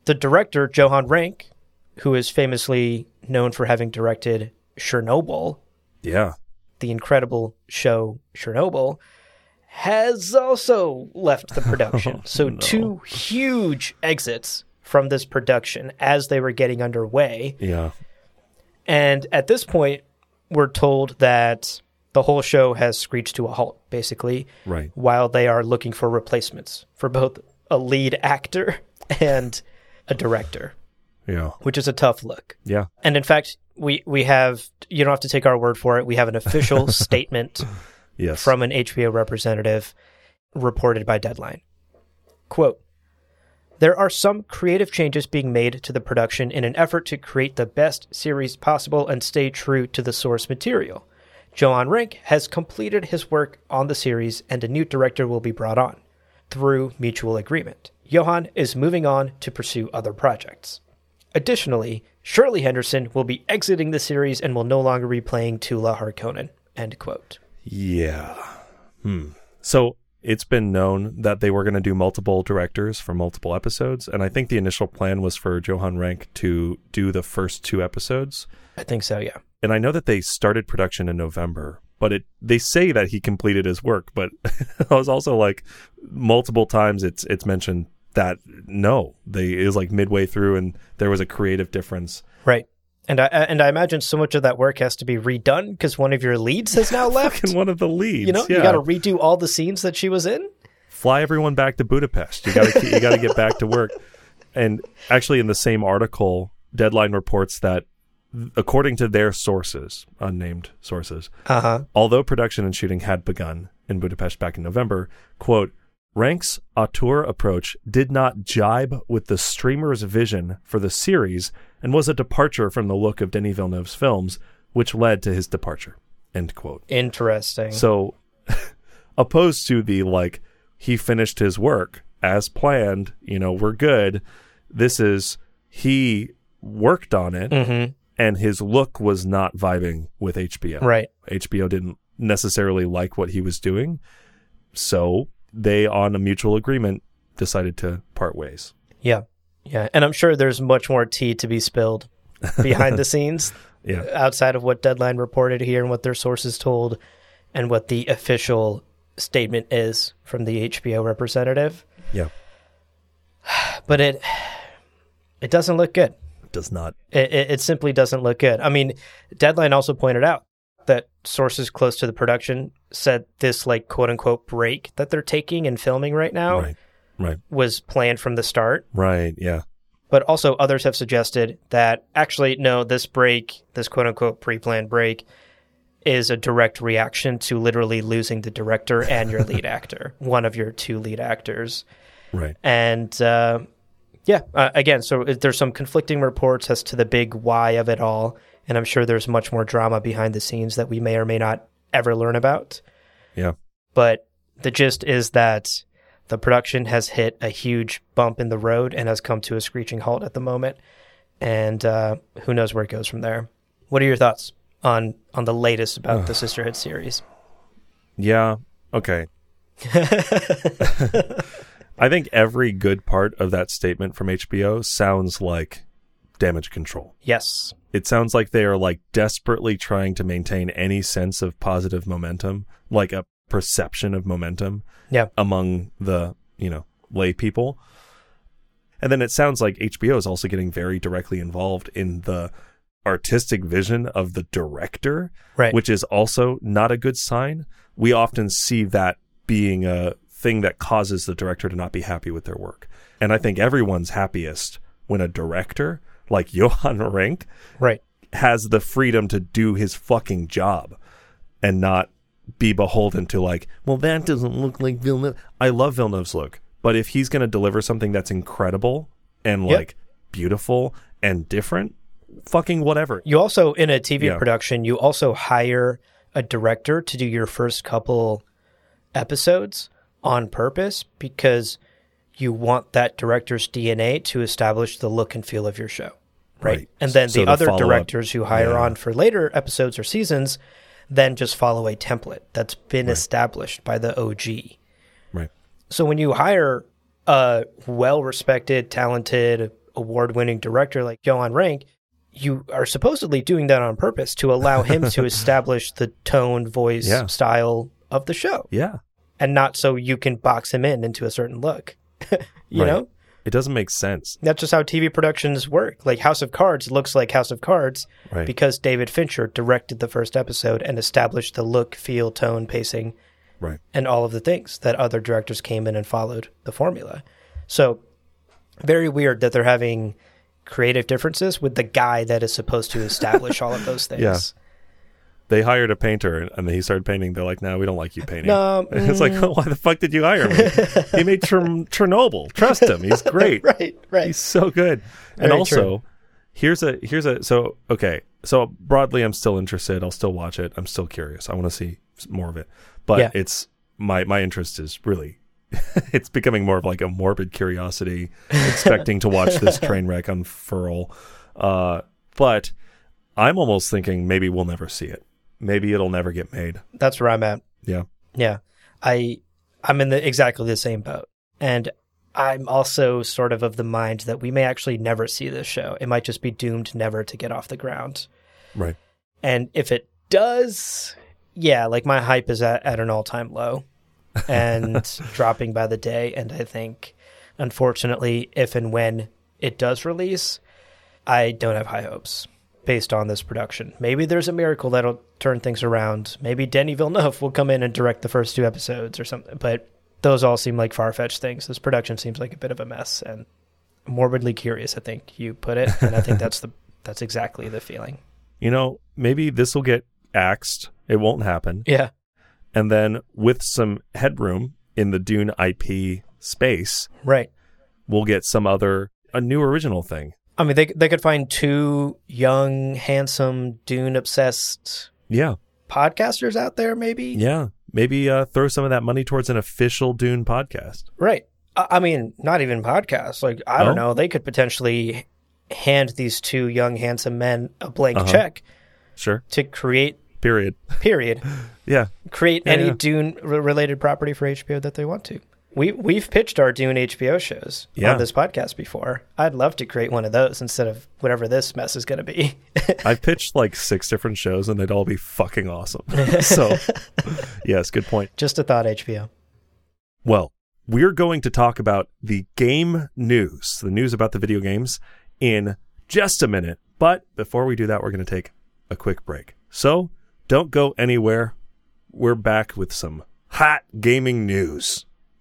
[SPEAKER 1] the director, Johan Rank, who is famously known for having directed Chernobyl,
[SPEAKER 2] Yeah,
[SPEAKER 1] the incredible show Chernobyl, has also left the production. so, two huge exits from this production as they were getting underway.
[SPEAKER 2] yeah.
[SPEAKER 1] And at this point, we're told that the whole show has screeched to a halt, basically,
[SPEAKER 2] Right.
[SPEAKER 1] while they are looking for replacements for both a lead actor <laughs> and a director,
[SPEAKER 2] Yeah.
[SPEAKER 1] which is a tough look.
[SPEAKER 2] Yeah.
[SPEAKER 1] And in fact, we, we have, you don't have to take our word for it, we have an official statement
[SPEAKER 2] Yes.
[SPEAKER 1] from an HBO representative reported by Deadline. Quote There are some creative changes being made to the production in an effort to create the best series possible and stay true to the source material. Joan Rink has completed his work on the series and a new director will be brought on through mutual agreement. Johan is moving on to pursue other projects. Additionally, Shirley Henderson will be exiting the series and will no longer be playing Tula Harkonnen. End quote.
[SPEAKER 2] Yeah. Hmm. So it's been known that they were going to do multiple directors for multiple episodes, and I think the initial plan was for Johan Rank to do the first two episodes.
[SPEAKER 1] I think so, yeah.
[SPEAKER 2] And I know that they started production in November, but it they say that he completed his work, but <laughs> I was also like multiple times it's it's mentioned that no, they it was like midway through and there was a creative difference.
[SPEAKER 1] Right. And I and I imagine so much of that work has to be redone because one of your leads has now left.
[SPEAKER 2] <laughs> Fucking one of the leads,
[SPEAKER 1] You know,
[SPEAKER 2] yeah.
[SPEAKER 1] you got to redo all the scenes that she was in.
[SPEAKER 2] fly everyone back to Budapest. You got to you got to get back to work. And actually, in the same article, Deadline reports that, according to their sources, unnamed sources,
[SPEAKER 1] Uh huh.
[SPEAKER 2] although production and shooting had begun in Budapest back in November, quote. Rank's auteur approach did not jibe with the streamer's vision for the series and was a departure from the look of Denis Villeneuve's films, which led to his departure. End quote.
[SPEAKER 1] Interesting.
[SPEAKER 2] So, <laughs> opposed to the like, he finished his work as planned, you know, we're good. This is, he worked on it
[SPEAKER 1] mm-hmm.
[SPEAKER 2] and his look was not vibing with HBO.
[SPEAKER 1] Right.
[SPEAKER 2] HBO didn't necessarily like what he was doing. So, they, on a mutual agreement, decided to part ways.
[SPEAKER 1] Yeah. Yeah. And I'm sure there's much more tea to be spilled behind
[SPEAKER 2] <laughs>
[SPEAKER 1] the scenes
[SPEAKER 2] Yeah.
[SPEAKER 1] outside of what Deadline reported here and what their sources told and what the official statement is from the HBO representative.
[SPEAKER 2] Yeah.
[SPEAKER 1] But it it doesn't look good.
[SPEAKER 2] Does not.
[SPEAKER 1] It, it, it simply doesn't look good. I mean, Deadline also pointed out that sources close to the production said this, like, quote unquote, break that they're taking and filming right now
[SPEAKER 2] Right. Right.
[SPEAKER 1] was planned from the start.
[SPEAKER 2] Right. Yeah.
[SPEAKER 1] But also, others have suggested that actually, no, this break, this quote unquote pre planned break, is a direct reaction to literally losing the director and your lead actor, one of your two lead actors
[SPEAKER 2] Right.
[SPEAKER 1] and uh, yeah, uh, again, so it- there's some conflicting reports as to the big why of it all, and I'm sure there's much more drama behind the scenes that we may or may not ever learn about.
[SPEAKER 2] Yeah.
[SPEAKER 1] But the gist is that the production has hit a huge bump in the road and has come to a screeching halt at the moment, and uh, who knows where it goes from there. What are your thoughts on on the latest about the Sisterhood series?
[SPEAKER 2] Yeah. Okay. I think every good part of that statement from HBO sounds like damage control.
[SPEAKER 1] Yes,
[SPEAKER 2] It sounds like they are like desperately trying to maintain any sense of positive momentum, like a perception of momentum
[SPEAKER 1] yeah,
[SPEAKER 2] among the, you know, lay people. And then it sounds like HBO is also getting very directly involved in the artistic vision of the director,
[SPEAKER 1] Right.
[SPEAKER 2] which is also not a good sign. We often see that being a thing that causes the director to not be happy with their work. And I think everyone's happiest when a director like <laughs> Johan Renck
[SPEAKER 1] Right.
[SPEAKER 2] has the freedom to do his fucking job and not be beholden to like, well, that doesn't look like Villeneuve. I love Villeneuve's look, but if he's going to deliver something that's incredible and
[SPEAKER 1] Yep.
[SPEAKER 2] like beautiful and different, fucking whatever.
[SPEAKER 1] You also in a TV
[SPEAKER 2] Yeah.
[SPEAKER 1] production, you also hire a director to do your first couple episodes on purpose because you want that director's DNA to establish the look and feel of your show. Right.
[SPEAKER 2] Right.
[SPEAKER 1] And then
[SPEAKER 2] So
[SPEAKER 1] the
[SPEAKER 2] the
[SPEAKER 1] other
[SPEAKER 2] follow-up-
[SPEAKER 1] directors who hire
[SPEAKER 2] Yeah.
[SPEAKER 1] on for later episodes or seasons then just follow a template that's been established by the OG.
[SPEAKER 2] Right.
[SPEAKER 1] So when you hire a well-respected, talented, award-winning director like Johan Rank, you are supposedly doing that on purpose to allow him
[SPEAKER 2] <laughs>
[SPEAKER 1] to establish the tone, voice,
[SPEAKER 2] Yeah.
[SPEAKER 1] style of the show,
[SPEAKER 2] Yeah.
[SPEAKER 1] and not so you can box him in into a certain look. <laughs> you
[SPEAKER 2] Right.
[SPEAKER 1] know,
[SPEAKER 2] It doesn't make sense.
[SPEAKER 1] that's just how TV productions work. Like House of Cards looks like House of Cards
[SPEAKER 2] Right.
[SPEAKER 1] because David Fincher directed the first episode and established the look, feel, tone, pacing,
[SPEAKER 2] Right.
[SPEAKER 1] and all of the things that other directors came in and followed the formula. So very weird that they're having creative differences with the guy that is supposed to establish all of those things.
[SPEAKER 2] <laughs> Yeah. They hired a painter and- and he started painting. They're like, no, we don't like you painting.
[SPEAKER 1] No,
[SPEAKER 2] <laughs>
[SPEAKER 1] mm.
[SPEAKER 2] it's like, why the fuck did you hire me? he made Chern- Chernobyl. Trust
[SPEAKER 1] <laughs>
[SPEAKER 2] him. He's
[SPEAKER 1] <laughs>
[SPEAKER 2] great.
[SPEAKER 1] Right, right.
[SPEAKER 2] He's so good.
[SPEAKER 1] Very
[SPEAKER 2] and also,
[SPEAKER 1] true.
[SPEAKER 2] here's a here's a so okay. So broadly, I'm still interested. I'll still watch it. I'm still curious. I want to see s- more of it. But
[SPEAKER 1] Yeah.
[SPEAKER 2] it's my my interest is really. <laughs> it's becoming more of like a
[SPEAKER 1] <laughs>
[SPEAKER 2] morbid curiosity, expecting to watch this train wreck unfurl. Uh, but I'm almost thinking maybe we'll never see it. Maybe it'll never get made.
[SPEAKER 1] That's where I'm at.
[SPEAKER 2] Yeah.
[SPEAKER 1] Yeah. I I'm in the exactly the same boat. And I'm also sort of of the mind that we may actually never see this show. It might just be doomed never to get off the ground.
[SPEAKER 2] Right.
[SPEAKER 1] And if it does, yeah, like my hype is at, at an all time low and dropping by the day. And I think, unfortunately, if and when it does release, I don't have high hopes based on this production. Maybe there's a miracle that'll turn things around. Maybe Denny Villeneuve will come in and direct the first two episodes or something. But those all seem like far fetched things. This production seems like a bit of a mess and morbidly curious, I think you put it. And I think that's the that's exactly the feeling.
[SPEAKER 2] You know, maybe this will get axed. It won't happen.
[SPEAKER 1] Yeah.
[SPEAKER 2] and then with some headroom in the Dune IP space,
[SPEAKER 1] Right.
[SPEAKER 2] we'll get some other a new original thing.
[SPEAKER 1] I mean, they they could find two young, handsome, Dune obsessed
[SPEAKER 2] Yeah,
[SPEAKER 1] podcasters out there, maybe.
[SPEAKER 2] yeah. Maybe uh, throw some of that money towards an official Dune podcast.
[SPEAKER 1] Right. I, I mean, not even podcasts. Like, I don't
[SPEAKER 2] Oh.
[SPEAKER 1] know. They could potentially hand these two young, handsome men a blank
[SPEAKER 2] Uh-huh.
[SPEAKER 1] check
[SPEAKER 2] Sure.
[SPEAKER 1] to create.
[SPEAKER 2] Period.
[SPEAKER 1] Period.
[SPEAKER 2] Yeah.
[SPEAKER 1] Create
[SPEAKER 2] <laughs> Yeah,
[SPEAKER 1] any
[SPEAKER 2] yeah.
[SPEAKER 1] Dune re- related property for HBO that they want to. We we've pitched our Dune HBO shows
[SPEAKER 2] Yeah.
[SPEAKER 1] on this podcast before. I'd love to create one of those instead of whatever this mess is going to be. <laughs>
[SPEAKER 2] I've pitched like six different shows, and they'd all be fucking awesome. <laughs> so, yes, good point.
[SPEAKER 1] Just a thought, HBO.
[SPEAKER 2] Well, we're going to talk about the game news, the news about the video games, in just a minute. But before we do that, we're going to take a quick break. So don't go anywhere. We're back with some hot gaming news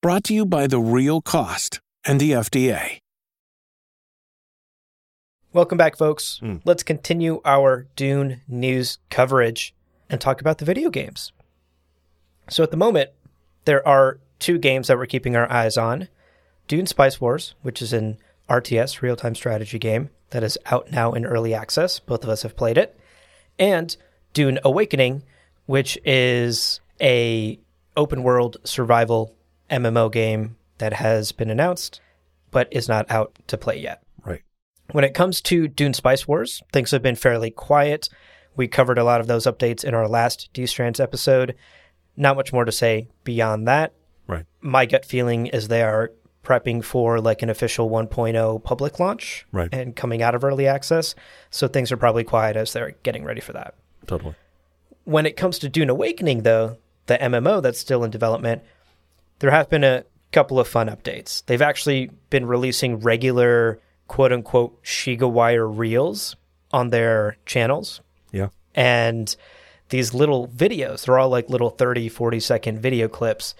[SPEAKER 3] Brought to you by The Real Cost and the FDA.
[SPEAKER 1] Welcome back, folks.
[SPEAKER 2] Mm.
[SPEAKER 1] Let's continue our Dune news coverage and talk about the video games. So, at the moment, there are two games that we're keeping our eyes on Dune Spice Wars, which is an RTS, real time strategy game, that is out now in early access. Both of us have played it. And Dune Awakening, which is a open world survival MMO game that has been announced but is not out to play yet.
[SPEAKER 2] Right.
[SPEAKER 1] When it comes to Dune Spice Wars, things have been fairly quiet. We covered a lot of those updates in our last D Strands episode. Not much more to say beyond that.
[SPEAKER 2] Right.
[SPEAKER 1] My gut feeling is they are prepping for like an official 1.0 public launch
[SPEAKER 2] Right.
[SPEAKER 1] and coming out of early access. So things are probably quiet as they're getting ready for that.
[SPEAKER 2] Totally.
[SPEAKER 1] When it comes to Dune Awakening, though, the MMO that's still in development, there have been a couple of fun updates. They've actually been releasing regular quote unquote Shiga Wire reels on their channels.
[SPEAKER 2] Yeah.
[SPEAKER 1] And these little videos, they're all like little 30, 40 second video clips,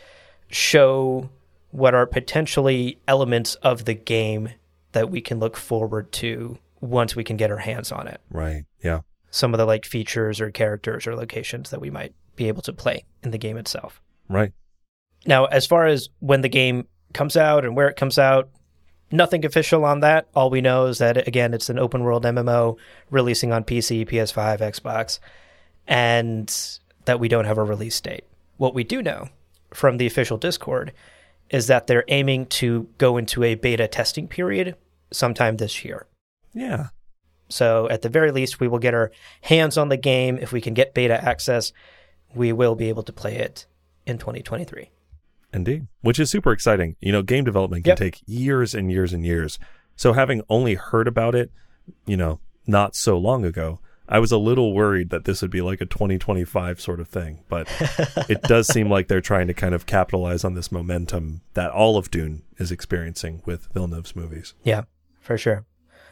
[SPEAKER 1] show what are potentially elements of the game that we can look forward to once we can get our hands on it
[SPEAKER 2] Right. Yeah.
[SPEAKER 1] some of the like features or characters or locations that we might be able to play in the game itself.
[SPEAKER 2] Right.
[SPEAKER 1] Now, as far as when the game comes out and where it comes out, nothing official on that. All we know is that again, it's an open world MMO releasing on PC, PS5, Xbox, and that we don't have a release date. What we do know from the official Discord is that they're aiming to go into a beta testing period sometime this year.
[SPEAKER 2] Yeah.
[SPEAKER 1] So at the very least, we will get our hands on the game. If we can get beta access, we will be able to play it in 2023.
[SPEAKER 2] Indeed. Which is super exciting. You know, game development can
[SPEAKER 1] Yep.
[SPEAKER 2] take years and years and years. So having only heard about it, you know, not so long ago, I was a little worried that this would be like a 2025 sort of thing, but it does seem like they're trying to kind of capitalize on this momentum that all of Dune is experiencing with Villeneuve's movies.
[SPEAKER 1] Yeah, for sure.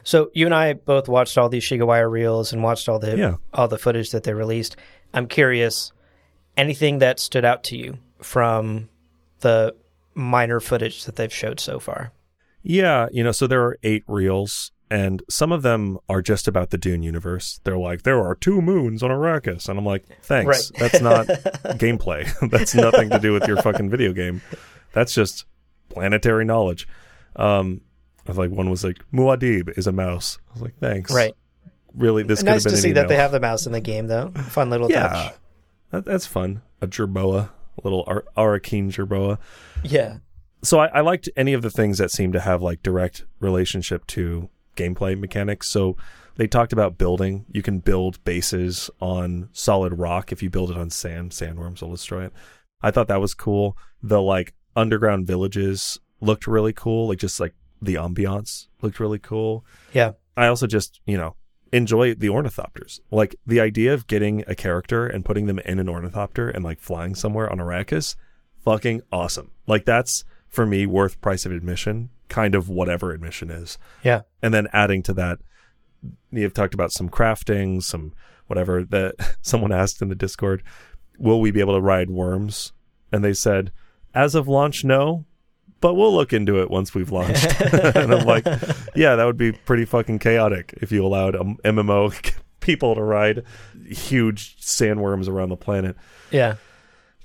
[SPEAKER 1] So you and I both watched all these Shigawire reels and watched all the
[SPEAKER 2] Yeah.
[SPEAKER 1] all the footage that they released. I'm curious, anything that stood out to you from the minor footage that they've showed so far?
[SPEAKER 2] Yeah, you know, so there are eight reels, and some of them are just about the Dune universe. They're like, there are two moons on Arrakis, and I'm like, thanks.
[SPEAKER 1] Right. <laughs>
[SPEAKER 2] That's not gameplay. <laughs> That's nothing to do with your fucking video game. That's just planetary knowledge. Um, I was like, one was like, Muad'Dib is a mouse. I was like, thanks.
[SPEAKER 1] Right.
[SPEAKER 2] Really, this could
[SPEAKER 1] nice
[SPEAKER 2] have been
[SPEAKER 1] to
[SPEAKER 2] an
[SPEAKER 1] see that they
[SPEAKER 2] email.
[SPEAKER 1] have the mouse in the game, though. Fun little
[SPEAKER 2] Yeah,
[SPEAKER 1] touch.
[SPEAKER 2] that, that's fun. A gerboa, a little Ar- Arakeen gerboa
[SPEAKER 1] Yeah.
[SPEAKER 2] so I, I liked any of the things that seem to have like direct relationship to gameplay mechanics. So they talked about building. You can build bases on solid rock. If you build it on sand, sandworms will destroy it. I thought that was cool. The like underground villages looked really cool. Like just like the ambiance looked really cool.
[SPEAKER 1] Yeah.
[SPEAKER 2] I also just, you know, enjoy the ornithopters. Like the idea of getting a character and putting them in an ornithopter and like flying somewhere on Arrakis, fucking awesome. Like that's for me worth price of admission, kind of whatever admission is.
[SPEAKER 1] Yeah.
[SPEAKER 2] And then adding to that, you've talked about some crafting, some whatever that <laughs> someone asked in the Discord, will we be able to ride worms? And they said, as of launch, no, but we'll look into it once we've launched. <laughs> and I'm like, yeah, that would be pretty fucking chaotic if you allowed um, MMO <laughs> people to ride huge sandworms around the planet.
[SPEAKER 1] Yeah.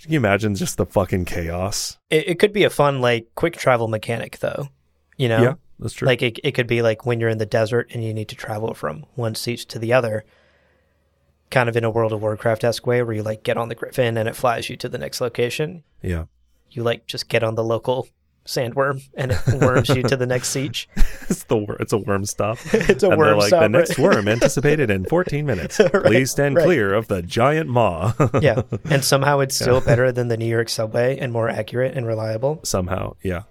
[SPEAKER 2] Can you imagine just the fucking chaos?
[SPEAKER 1] It, it could be a fun like quick travel mechanic, though. You know.
[SPEAKER 2] Yeah, that's true.
[SPEAKER 1] Like it, it could be like when you're in the desert and you need to travel from one seat to the other, kind of in a World of Warcraft esque way where you like get on the Griffin and it flies you to the next location.
[SPEAKER 2] yeah.
[SPEAKER 1] You like just get on the local sandworm and it worms you to the next siege.
[SPEAKER 2] It's the wor- it's a worm stop.
[SPEAKER 1] <laughs> It's a
[SPEAKER 2] and they're
[SPEAKER 1] worm
[SPEAKER 2] like
[SPEAKER 1] stop,
[SPEAKER 2] the
[SPEAKER 1] right?
[SPEAKER 2] next worm anticipated in 14 minutes. Please
[SPEAKER 1] <laughs>
[SPEAKER 2] stand
[SPEAKER 1] right.
[SPEAKER 2] clear of the giant maw. <laughs>
[SPEAKER 1] Yeah. And somehow it's still better than the New York subway and more accurate and reliable.
[SPEAKER 2] somehow.
[SPEAKER 1] <laughs>
[SPEAKER 2] Yeah.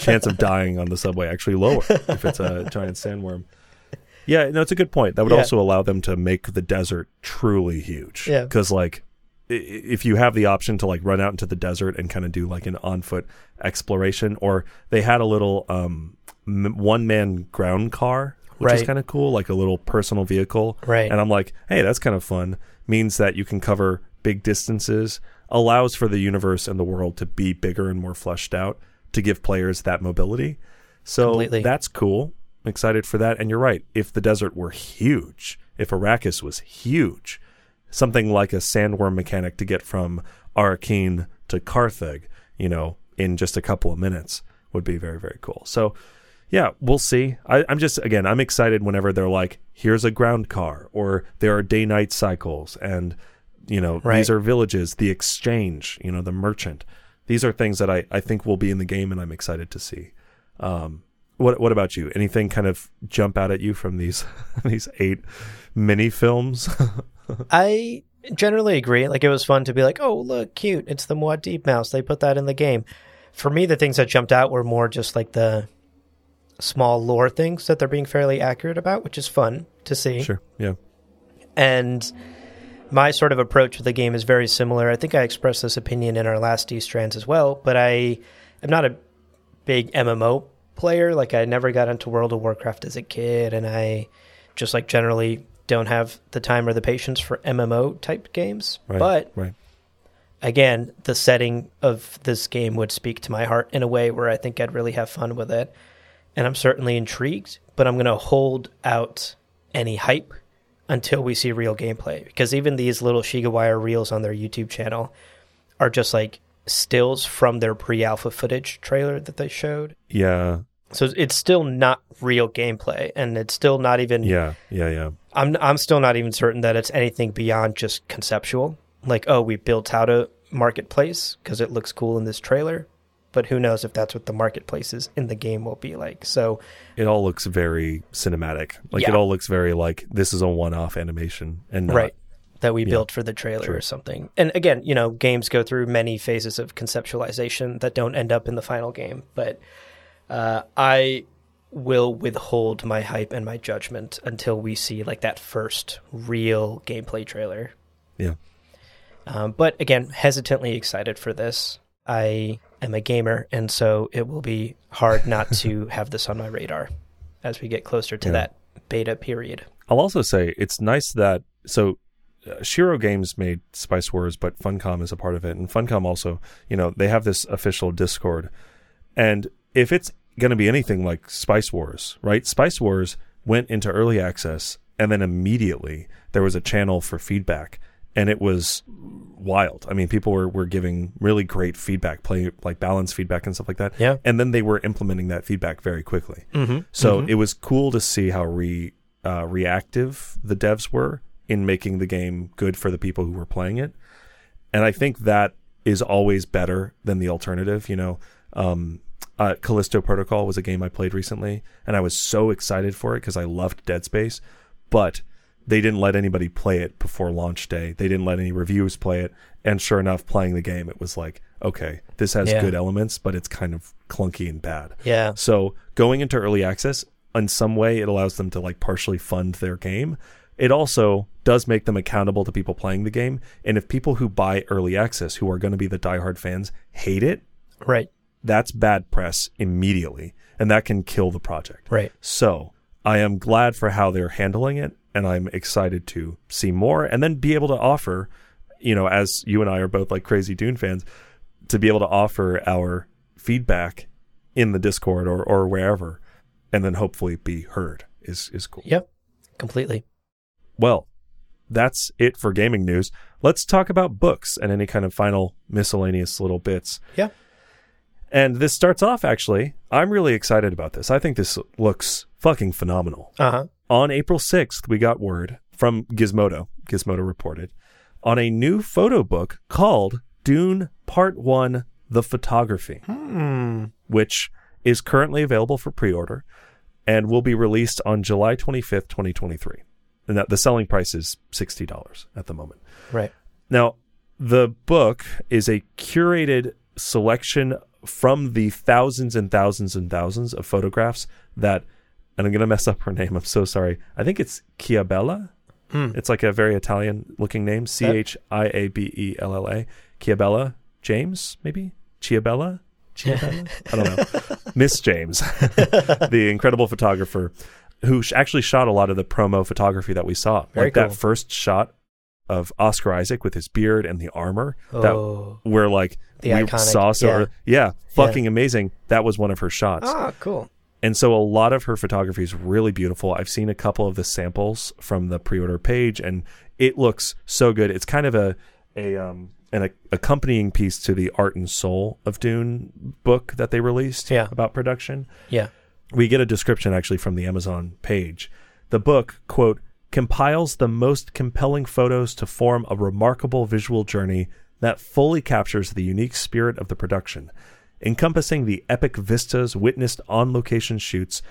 [SPEAKER 2] Chance of dying on the subway actually lower if
[SPEAKER 1] <laughs>
[SPEAKER 2] it's a giant sandworm. Yeah, no, it's a good point. That would
[SPEAKER 1] Yeah.
[SPEAKER 2] also allow them to make the desert truly huge.
[SPEAKER 1] Yeah.
[SPEAKER 2] Because, like, i- i- if you have the option to, like, run out into the desert and kind of do, like, an on foot exploration, or they had a little um, m- one man ground car, which is
[SPEAKER 1] Right.
[SPEAKER 2] kind of cool, like a little personal vehicle.
[SPEAKER 1] Right.
[SPEAKER 2] And I'm like, hey, that's kind of fun. Means that you can cover big distances, allows for the universe and the world to be bigger and more fleshed out to give players that mobility. So
[SPEAKER 1] Completely.
[SPEAKER 2] that's cool. I'm excited for that. And you're right. If the desert were huge, if Arrakis was huge, something like a sandworm mechanic to get from Arakeen to Carthage, you know, in just a couple of minutes would be very, very cool. So yeah, we'll see. I, I'm just again, I'm excited whenever they're like, here's a ground car, or there are day night cycles, and you know,
[SPEAKER 1] Right.
[SPEAKER 2] these are villages, the exchange, you know, the merchant, these are things that I, I think will be in the game and I'm excited to see. Um, what what about you? Anything kind of jump out at you from these <laughs> these eight mini films? <laughs>
[SPEAKER 1] I generally agree. Like it was fun to be like, oh look, cute. It's the Muad'Dib mouse. They put that in the game. For me, the things that jumped out were more just like the small lore things that they're being fairly accurate about, which is fun to see.
[SPEAKER 2] sure. Yeah.
[SPEAKER 1] And my sort of approach to the game is very similar. I think I expressed this opinion in our last D strands as well, but I am not a big MMO player. Like I never got into World of Warcraft as a kid and I just like generally don't have the time or the patience for MMO type games.
[SPEAKER 2] Right.
[SPEAKER 1] But
[SPEAKER 2] right.
[SPEAKER 1] again, the setting of this game would speak to my heart in a way where I think I'd really have fun with it. And I'm certainly intrigued, but I'm going to hold out any hype until we see real gameplay because even these little Shigawire reels on their YouTube channel are just like stills from their pre-alpha footage trailer that they showed.
[SPEAKER 2] Yeah.
[SPEAKER 1] So it's still not real gameplay and it's still not even
[SPEAKER 2] Yeah. Yeah. Yeah.
[SPEAKER 1] I'm I'm still not even certain that it's anything beyond just conceptual. Like, oh, we built how to marketplace because it looks cool in this trailer, but who knows if that's what the marketplaces in the game will be like. So,
[SPEAKER 2] It all looks very cinematic. Like it
[SPEAKER 1] Yeah.
[SPEAKER 2] all looks very like this is a one-off animation and not
[SPEAKER 1] right that we built for the trailer
[SPEAKER 2] Sure.
[SPEAKER 1] or something. And again, you know, games go through many phases of conceptualization that don't end up in the final game, but uh, I will withhold my hype and my judgment until we see like that first real gameplay trailer.
[SPEAKER 2] Yeah.
[SPEAKER 1] Um, but again, hesitantly excited for this. I am a gamer, and so it will be hard <laughs> not to have this on my radar as we get closer to
[SPEAKER 2] Yeah.
[SPEAKER 1] that beta period.
[SPEAKER 2] I'll also say it's nice that so uh, Shiro Games made Spice Wars, but Funcom is a part of it, and Funcom also, you know, they have this official Discord, and if it's going to be anything like Spice Wars, right? Spice Wars went into early access, and then immediately there was a channel for feedback, and it was wild. I mean, people were, were giving really great feedback, play like balance feedback and stuff like that.
[SPEAKER 1] Yeah.
[SPEAKER 2] And then they were implementing that feedback very quickly. So it was cool to see how re uh, reactive the devs were in making the game good for the people who were playing it. And I think that is always better than the alternative. You know, um, uh, Callisto Protocol was a game I played recently, and I was so excited for it because I loved Dead Space, but they didn't let anybody play it before launch day. They didn't let any reviews play it. And sure enough, playing the game, it was like, okay, this has
[SPEAKER 1] Yeah.
[SPEAKER 2] good elements, but it's kind of clunky and bad.
[SPEAKER 1] Yeah.
[SPEAKER 2] So going into early access, in some way, it allows them to like partially fund their game. It also does make them accountable to people playing the game. And if people who buy early access, who are going to be the diehard fans, hate it,
[SPEAKER 1] Right.
[SPEAKER 2] that's bad press immediately. And that can kill the project.
[SPEAKER 1] Right.
[SPEAKER 2] So I am glad for how they're handling it, and I'm excited to see more and then be able to offer, you know, as you and I are both like crazy Dune fans, to be able to offer our feedback in the Discord or, or wherever, and then hopefully be heard is is cool.
[SPEAKER 1] Yep. Completely.
[SPEAKER 2] Well, that's it for gaming news. Let's talk about books and any kind of final miscellaneous little bits.
[SPEAKER 1] Yeah.
[SPEAKER 2] And this starts off actually. I'm really excited about this. I think this looks fucking phenomenal.
[SPEAKER 1] Uh huh.
[SPEAKER 2] On April 6th, we got word from Gizmodo, Gizmodo reported, on a new photo book called Dune Part 1 The Photography, which is currently available for pre order and will be released on July 25th, 2023. And that the selling price is $60 at the moment.
[SPEAKER 1] Right.
[SPEAKER 2] Now, the book is a curated selection from the thousands and thousands and thousands of photographs that, and I'm going to mess up her name. I'm so sorry. I think it's Chiabella.
[SPEAKER 1] Hmm.
[SPEAKER 2] It's like a very Italian looking name C H I A B E L L A. Chiabella James, maybe? Chiabella? Chiabella?
[SPEAKER 1] <laughs>
[SPEAKER 2] I don't know. Miss James, <laughs> the incredible photographer who sh- actually shot a lot of the promo photography that we saw.
[SPEAKER 1] Very
[SPEAKER 2] like that
[SPEAKER 1] cool.
[SPEAKER 2] first shot of Oscar Isaac with his beard and the armor
[SPEAKER 1] Oh.
[SPEAKER 2] that were like
[SPEAKER 1] The
[SPEAKER 2] we
[SPEAKER 1] iconic,
[SPEAKER 2] saw so
[SPEAKER 1] yeah.
[SPEAKER 2] yeah, fucking amazing. That was one of her shots.
[SPEAKER 1] Ah, cool.
[SPEAKER 2] And so a lot of her photography is really beautiful. I've seen a couple of the samples from the pre-order page and it looks so good. It's kind of a a um an ac- accompanying piece to the Art and Soul of Dune book that they released
[SPEAKER 1] Yeah.
[SPEAKER 2] about production
[SPEAKER 1] Yeah.
[SPEAKER 2] we get a description actually from the Amazon page. The book, quote, compiles the most compelling photos to form a remarkable visual journey that fully captures the unique spirit of the production, encompassing the epic vistas witnessed on location shoots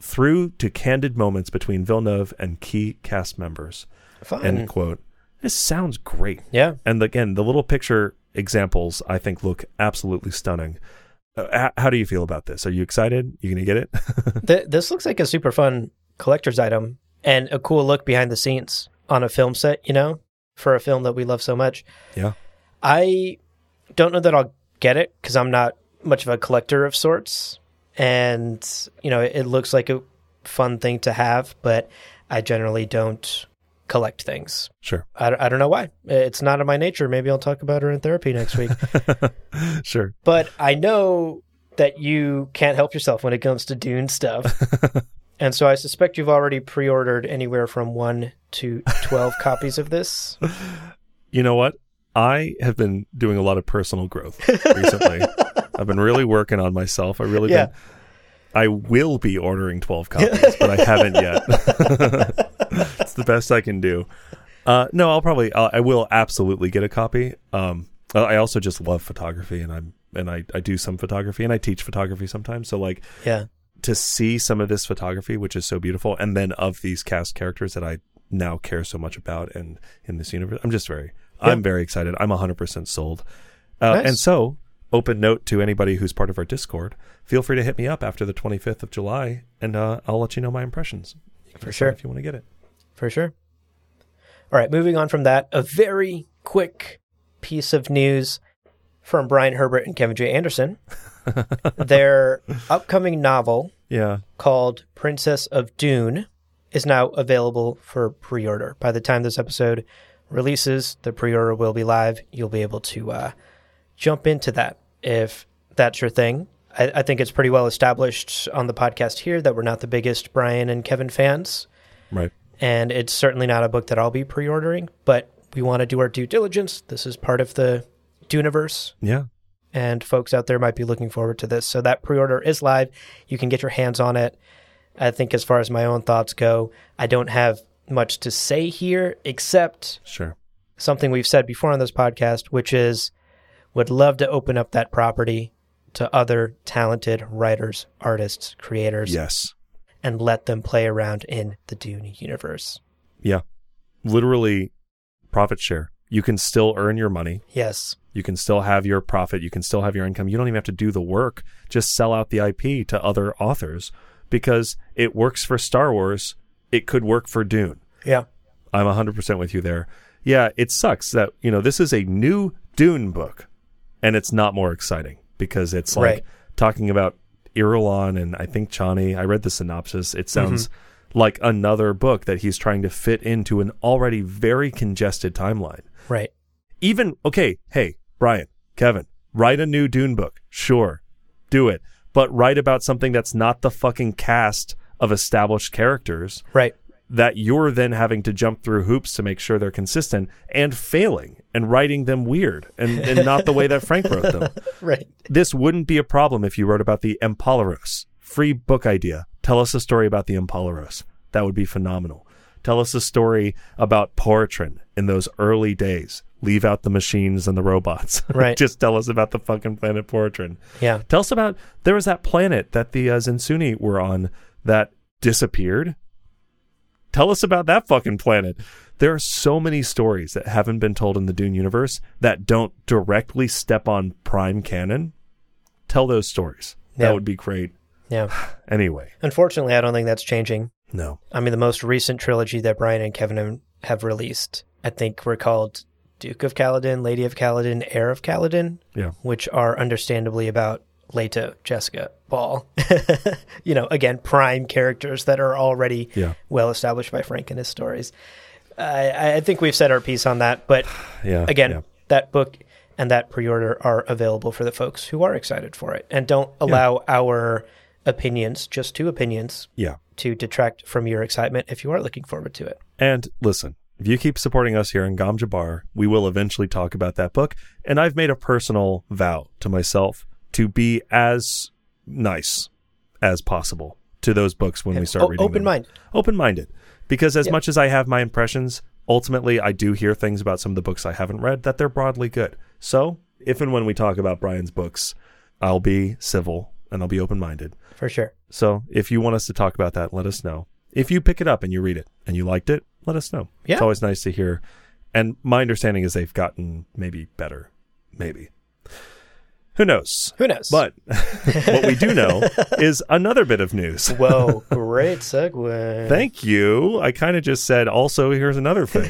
[SPEAKER 2] through to candid moments between Villeneuve and key cast members.
[SPEAKER 1] Fun.
[SPEAKER 2] End quote. This sounds great.
[SPEAKER 1] yeah.
[SPEAKER 2] And again, the little picture examples I think look absolutely stunning. Uh, h- how do you feel about this? Are you excited? You gonna get it? <laughs>
[SPEAKER 1] Th- this looks like a super fun collector's item and a cool look behind the scenes on a film set, you know, for a film that we love so much.
[SPEAKER 2] yeah.
[SPEAKER 1] I don't know that I'll get it because I'm not much of a collector of sorts. And, you know, it, it looks like a fun thing to have, but I generally don't collect things.
[SPEAKER 2] Sure.
[SPEAKER 1] I, I don't know why. It's not in my nature. Maybe I'll talk about her in therapy next week.
[SPEAKER 2] Sure.
[SPEAKER 1] but I know that you can't help yourself when it comes to Dune stuff. and so I suspect you've already pre ordered anywhere from one to 12 copies of this.
[SPEAKER 2] You know what? I have been doing a lot of personal growth <laughs> recently. I've been really working on myself. I really
[SPEAKER 1] Yeah.
[SPEAKER 2] been I will be ordering 12 copies, but I haven't yet. <laughs> it's the best I can do. Uh, no, I'll probably uh, I will absolutely get a copy. Um, I- I also just love photography and I'm and I, I do some photography and I teach photography sometimes. So like
[SPEAKER 1] Yeah.
[SPEAKER 2] to see some of this photography, which is so beautiful, and then of these cast characters that I now care so much about and in this universe, I'm just very, I'm very excited. I'm 100% sold. Uh,
[SPEAKER 1] Nice.
[SPEAKER 2] And so, open note to anybody who's part of our Discord, feel free to hit me up after the 25th of July, and uh, I'll let you know my impressions. You can
[SPEAKER 1] For
[SPEAKER 2] decide
[SPEAKER 1] sure.
[SPEAKER 2] If you want to get it.
[SPEAKER 1] For sure. All right, moving on from that, a very quick piece of news from Brian Herbert and Kevin J. Anderson. Their upcoming novel
[SPEAKER 2] Yeah.
[SPEAKER 1] called Princess of Dune is now available for pre order. By the time this episode releases, the pre order will be live. You'll be able to uh, jump into that if that's your thing. I, I think it's pretty well established on the podcast here that we're not the biggest Brian and Kevin fans
[SPEAKER 2] Right.
[SPEAKER 1] and it's certainly not a book that I'll be pre-ordering, but we want to do our due diligence. This is part of the Duniverse,
[SPEAKER 2] Yeah.
[SPEAKER 1] and folks out there might be looking forward to this. So that pre-order is live. You can get your hands on it. I think as far as my own thoughts go, I don't have much to say here except
[SPEAKER 2] Sure.
[SPEAKER 1] something we've said before on this podcast, which is would love to open up that property to other talented writers, artists, creators,
[SPEAKER 2] Yes.
[SPEAKER 1] and let them play around in the Dune universe.
[SPEAKER 2] Yeah. Literally, profit share. You can still earn your money.
[SPEAKER 1] Yes.
[SPEAKER 2] You can still have your profit. You can still have your income. You don't even have to do the work. Just sell out the IP to other authors because it works for Star Wars. It could work for Dune.
[SPEAKER 1] Yeah.
[SPEAKER 2] I'm 100% with you there. Yeah, it sucks that, you know, this is a new Dune book and it's not more exciting because it's like
[SPEAKER 1] Right.
[SPEAKER 2] talking about Irulan and I think Chani. I read the synopsis. It sounds like another book that he's trying to fit into an already very congested timeline
[SPEAKER 1] Right.
[SPEAKER 2] even okay, hey, Brian, Kevin, write a new Dune book. Sure. Do it. But write about something that's not the fucking cast of established characters
[SPEAKER 1] Right.
[SPEAKER 2] that you're then having to jump through hoops to make sure they're consistent and failing and writing them weird and, and not the way that Frank wrote them.
[SPEAKER 1] Right.
[SPEAKER 2] This wouldn't be a problem if you wrote about the Empalaros. Free book idea. Tell us a story about the Empalaros. That would be phenomenal. Tell us a story about Poritrin in those early days. Leave out the machines and the robots. <laughs>
[SPEAKER 1] Right.
[SPEAKER 2] Just tell us about the fucking planet Poritrin.
[SPEAKER 1] Yeah.
[SPEAKER 2] Tell us about there was that planet that the uh, Zensuni were on that disappeared. Tell us about that fucking planet. There are so many stories that haven't been told in the Dune universe that don't directly step on prime canon. Tell those stories.
[SPEAKER 1] Yeah.
[SPEAKER 2] That would be great.
[SPEAKER 1] Yeah.
[SPEAKER 2] Anyway,
[SPEAKER 1] Unfortunately, I don't think that's changing.
[SPEAKER 2] no.
[SPEAKER 1] I mean, the most recent trilogy that Brian and Kevin have- have released, I think, were called Duke of Kaladin, Lady of Kaladin, Heir of Kaladin,
[SPEAKER 2] Yeah.
[SPEAKER 1] which are understandably about Leto, Jessica, Paul. <laughs> you know, again, prime characters that are already
[SPEAKER 2] Yeah.
[SPEAKER 1] well established by Frank and his stories. I, I think we've said our piece on that, but
[SPEAKER 2] Yeah.
[SPEAKER 1] again,
[SPEAKER 2] yeah.
[SPEAKER 1] that book and that pre-order are available for the folks who are excited for it and don't allow our opinions just two opinions
[SPEAKER 2] Yeah.
[SPEAKER 1] to detract from your excitement if you are looking forward to it
[SPEAKER 2] And listen, if you keep supporting us here in Gamja Bar, we will eventually talk about that book. And I've made a personal vow to myself to be as nice as possible to those books when we start
[SPEAKER 1] O-
[SPEAKER 2] reading them.
[SPEAKER 1] open mind.
[SPEAKER 2] Open minded. Because as
[SPEAKER 1] Yeah.
[SPEAKER 2] much as I have my impressions, ultimately, I do hear things about some of the books I haven't read that they're broadly good. So, if and when we talk about Brian's books, I'll be civil and I'll be open minded.
[SPEAKER 1] for sure.
[SPEAKER 2] So, if you want us to talk about that, let us know. If you pick it up and you read it and you liked it, let us know.
[SPEAKER 1] Yeah.
[SPEAKER 2] It's always nice to hear. And my understanding is they've gotten maybe better. Maybe. Who knows?
[SPEAKER 1] Who knows?
[SPEAKER 2] But <laughs> what we do know is another bit of
[SPEAKER 1] <laughs>
[SPEAKER 2] news. <laughs>
[SPEAKER 1] whoa, great segue.
[SPEAKER 2] Thank you. I kind of just said, also, here's
[SPEAKER 1] <laughs>
[SPEAKER 2] another thing.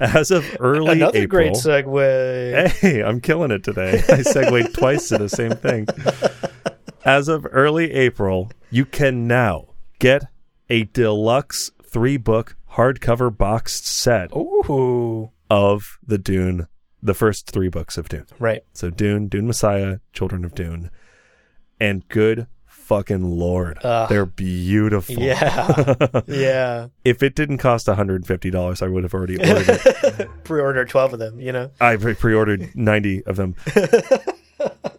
[SPEAKER 2] As of early
[SPEAKER 1] Another
[SPEAKER 2] April.
[SPEAKER 1] great segue.
[SPEAKER 2] Hey, I'm killing it today. I segued twice to the same thing. As of early April, you can now get a deluxe three book hardcover boxed set
[SPEAKER 1] Ooh,
[SPEAKER 2] of the Dune, the first three books of Dune.
[SPEAKER 1] right.
[SPEAKER 2] So Dune, Dune Messiah, Children of Dune, and good fucking lord.
[SPEAKER 1] Ugh.
[SPEAKER 2] They're beautiful. <laughs>
[SPEAKER 1] Yeah, yeah.
[SPEAKER 2] If it didn't cost $150, I would
[SPEAKER 1] <laughs>
[SPEAKER 2] have already ordered it.
[SPEAKER 1] Pre-order twelve of them. You know.
[SPEAKER 2] I
[SPEAKER 1] <laughs>
[SPEAKER 2] pre- pre-ordered 90 of them.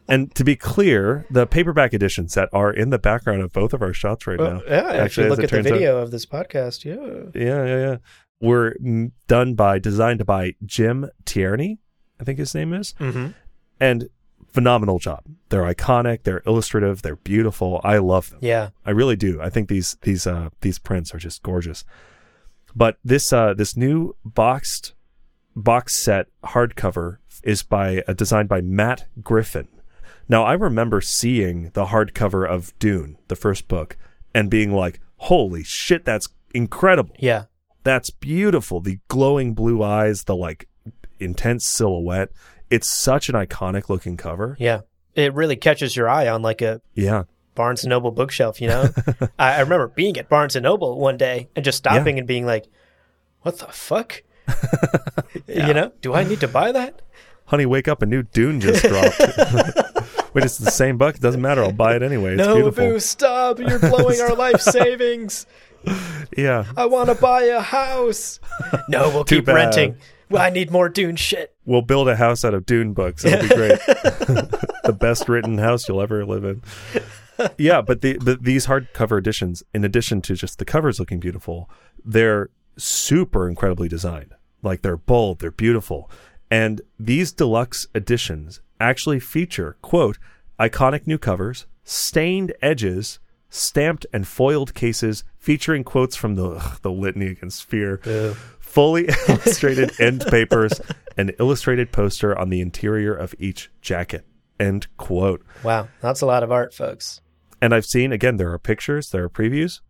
[SPEAKER 2] and to be clear, the paperback editions that are in the background of both of our shots right
[SPEAKER 1] Well,
[SPEAKER 2] now.
[SPEAKER 1] yeah. Actually,
[SPEAKER 2] as
[SPEAKER 1] look
[SPEAKER 2] it
[SPEAKER 1] at the
[SPEAKER 2] turns out-
[SPEAKER 1] video of this podcast. Yeah.
[SPEAKER 2] yeah, yeah, yeah. Were mm, done by designed by Jim Tierney, I think his name is.
[SPEAKER 1] Mm-hmm.
[SPEAKER 2] And phenomenal job. They're iconic, they're illustrative, they're beautiful. I love them.
[SPEAKER 1] Yeah.
[SPEAKER 2] I really do. I think these these uh these prints are just gorgeous. But this uh this new boxed box set hardcover is by uh, designed by Matt Griffin. Now I remember seeing the hardcover of Dune, the first book, and being like, "Holy shit, that's incredible.
[SPEAKER 1] Yeah.
[SPEAKER 2] That's beautiful. The glowing blue eyes, the like intense silhouette. It's such an iconic looking cover."
[SPEAKER 1] Yeah. It really catches your eye on like a
[SPEAKER 2] Yeah.
[SPEAKER 1] Barnes and Noble bookshelf. You
[SPEAKER 2] <laughs>
[SPEAKER 1] know. I, I remember being at Barnes and Noble one day and just stopping and being like, "What the
[SPEAKER 2] <laughs>
[SPEAKER 1] fuck." You know, do I need to buy that?
[SPEAKER 2] honey, wake up, a new Dune just dropped. <laughs> Wait, it's the same book. It doesn't matter. I'll buy it anyway. It's
[SPEAKER 1] no,
[SPEAKER 2] beautiful.
[SPEAKER 1] boo, stop. You're blowing our
[SPEAKER 2] <laughs>
[SPEAKER 1] life savings.
[SPEAKER 2] Yeah.
[SPEAKER 1] I want to buy a
[SPEAKER 2] <laughs>
[SPEAKER 1] house. No, we'll
[SPEAKER 2] Too
[SPEAKER 1] keep
[SPEAKER 2] bad.
[SPEAKER 1] renting. Well, I need more Dune shit.
[SPEAKER 2] We'll build a house out of Dune books. It'll be great. <laughs> the best written house you'll ever live in. Yeah, but the, the these hardcover editions, in addition to just the covers looking beautiful, they're super incredibly designed. Like they're bold, they're beautiful. And these deluxe editions actually feature, quote, iconic new covers, stained edges, stamped and foiled cases featuring quotes from the ugh, the litany against fear, fully illustrated end papers, an illustrated poster on the interior of each jacket. End quote.
[SPEAKER 1] Wow, that's a lot of art, folks.
[SPEAKER 2] And I've seen again there are pictures, there are previews.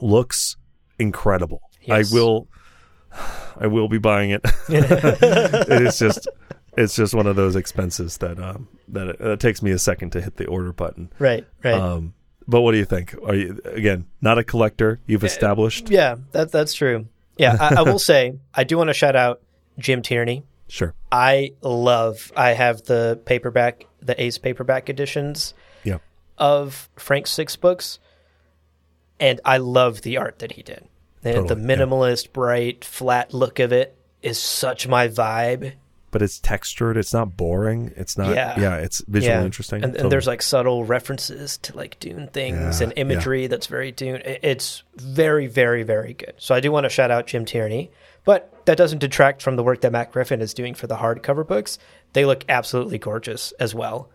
[SPEAKER 2] Looks incredible.
[SPEAKER 1] Yes.
[SPEAKER 2] I will <sighs> I will be
[SPEAKER 1] <laughs>
[SPEAKER 2] buying it. it is just it's just one of those expenses that um that it, it takes me a second to hit the order button.
[SPEAKER 1] Right, right.
[SPEAKER 2] Um but what do you think? Are you again not a collector? You've established
[SPEAKER 1] yeah, that that's true. Yeah, I, I
[SPEAKER 2] <laughs>
[SPEAKER 1] will say I do want to shout out Jim Tierney.
[SPEAKER 2] sure.
[SPEAKER 1] I love. I have the paperback, the Ace paperback editions
[SPEAKER 2] Yeah.
[SPEAKER 1] of Frank's six books, and I love the art that he did. The, the
[SPEAKER 2] Totally, yeah.
[SPEAKER 1] minimalist, bright, flat look of it is such my vibe.
[SPEAKER 2] But it's textured. It's not boring. It's not.
[SPEAKER 1] Yeah.
[SPEAKER 2] Yeah. it's visually interesting.
[SPEAKER 1] And, and
[SPEAKER 2] Totally.
[SPEAKER 1] there's like subtle references to like Dune things
[SPEAKER 2] Yeah,
[SPEAKER 1] and
[SPEAKER 2] yeah.
[SPEAKER 1] imagery that's very Dune. I- It's very, very, very good. So I do want to shout out Jim Tierney, but that doesn't detract from the work that Matt Griffin is doing for the hardcover books. They look absolutely gorgeous as well.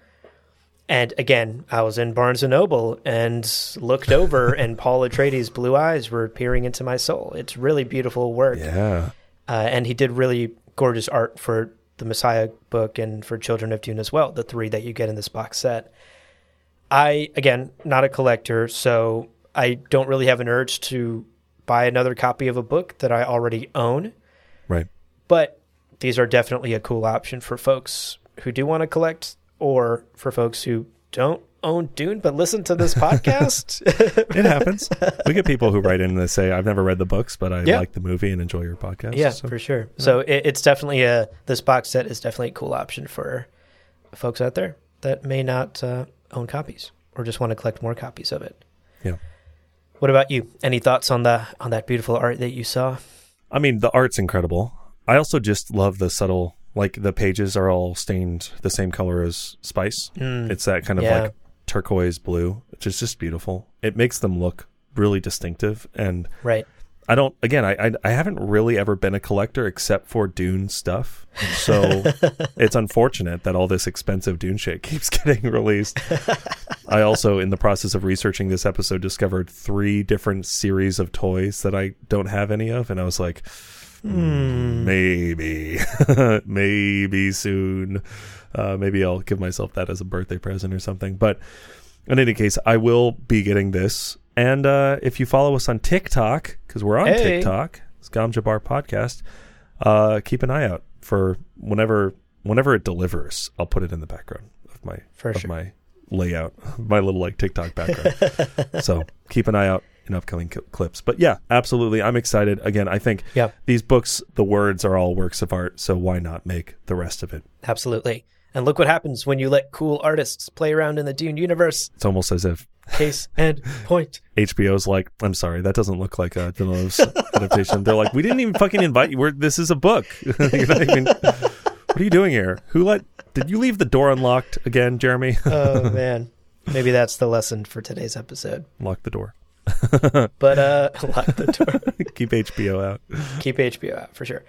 [SPEAKER 1] And again, I was in Barnes and Noble and looked
[SPEAKER 2] <laughs>
[SPEAKER 1] over, and Paul Atreides' blue eyes were peering into my soul. It's really beautiful work
[SPEAKER 2] yeah.
[SPEAKER 1] uh, and he did really gorgeous art for the Messiah book and for Children of Dune as well, the three that you get in this box set. I again not a collector, so I don't really have an urge to buy another copy of a book that I already own.
[SPEAKER 2] Right.
[SPEAKER 1] But these are definitely a cool option for folks who do want to collect, or for folks who don't own Dune but listen to this podcast.
[SPEAKER 2] It happens. we get people who write in and they say, "I've never read the books, but I
[SPEAKER 1] Yeah.
[SPEAKER 2] like the movie and enjoy your podcast."
[SPEAKER 1] Yeah,
[SPEAKER 2] So-
[SPEAKER 1] for sure. So it, it's definitely a this box set is definitely a cool option for folks out there that may not uh, own copies or just want to collect more copies of it.
[SPEAKER 2] yeah.
[SPEAKER 1] What about you? Any thoughts on the on that beautiful art that you saw?
[SPEAKER 2] I mean, the art's incredible. I also just love the subtle, like the pages are all stained the same color as spice. It's that kind of
[SPEAKER 1] Mm. yeah.
[SPEAKER 2] like turquoise blue, which is just beautiful. It makes them look really distinctive and
[SPEAKER 1] Right.
[SPEAKER 2] I don't. Again, I, I I haven't really ever been a collector except for Dune stuff.
[SPEAKER 1] <laughs>
[SPEAKER 2] So it's unfortunate that all this expensive Dune shit <laughs> keeps getting released. I also, in the process of researching this episode, discovered three different series of toys that I don't have any of, and I was like, hmm, maybe, <laughs> maybe soon. Uh, maybe I'll give myself that as a birthday present or something. But in any case, I will be getting this. And uh, if you follow us on TikTok, because we're on
[SPEAKER 1] Hey.
[SPEAKER 2] TikTok, it's Gamja Bar Podcast. Uh, keep an eye out for whenever whenever it delivers. I'll put it in the background of my
[SPEAKER 1] For
[SPEAKER 2] of
[SPEAKER 1] sure.
[SPEAKER 2] my layout, <laughs> my little like
[SPEAKER 1] <laughs>
[SPEAKER 2] TikTok background. so keep an eye out in upcoming cl- clips. But yeah, absolutely, I'm excited. Again, I think
[SPEAKER 1] Yep.
[SPEAKER 2] these books, the words are all works of art. So why not make the rest of it?
[SPEAKER 1] Absolutely. And look what happens when you let cool artists play around in the Dune universe.
[SPEAKER 2] It's almost as if
[SPEAKER 1] Case and point.
[SPEAKER 2] HBO's like, I'm sorry, that doesn't look like a Villeneuve's adaptation. They're like, we didn't even fucking invite you. We're, this is a book. <laughs> You're not even- what are you doing here? Who let? Did you leave the door unlocked again, Jeremy? <laughs>
[SPEAKER 1] Oh, man. Maybe that's the lesson for today's episode.
[SPEAKER 2] Lock the door. <laughs>
[SPEAKER 1] But uh, <laughs> lock the door.
[SPEAKER 2] Keep HBO out.
[SPEAKER 1] keep HBO out for sure.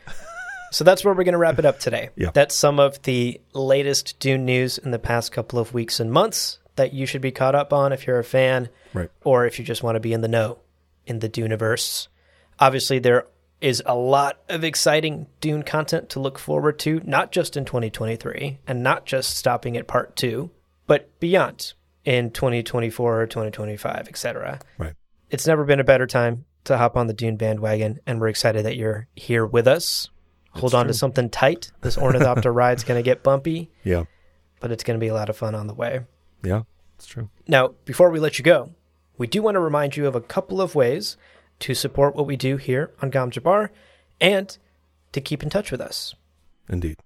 [SPEAKER 1] So that's where we're going to wrap it up today.
[SPEAKER 2] Yeah.
[SPEAKER 1] That's some of the latest Dune news in the past couple of weeks and months that you should be caught up on if you're a fan
[SPEAKER 2] Right.
[SPEAKER 1] or if you just want to be in the know in the Duneverse. Obviously, there is a lot of exciting Dune content to look forward to, not just in 2023 and not just stopping at part two, but beyond in 2024 or 2025, etc
[SPEAKER 2] Right.
[SPEAKER 1] it's never been a better time to hop on the Dune bandwagon, and we're excited that you're here with us. Hold on to something tight. This ornithopter ride's going to get bumpy,
[SPEAKER 2] Yeah.
[SPEAKER 1] but it's going to be a lot of fun on the way.
[SPEAKER 2] Yeah. It's true.
[SPEAKER 1] Now, before we let you go, we do want to remind you of a couple of ways to support what we do here on Gom Jabbar and to keep in touch with us.
[SPEAKER 2] Indeed.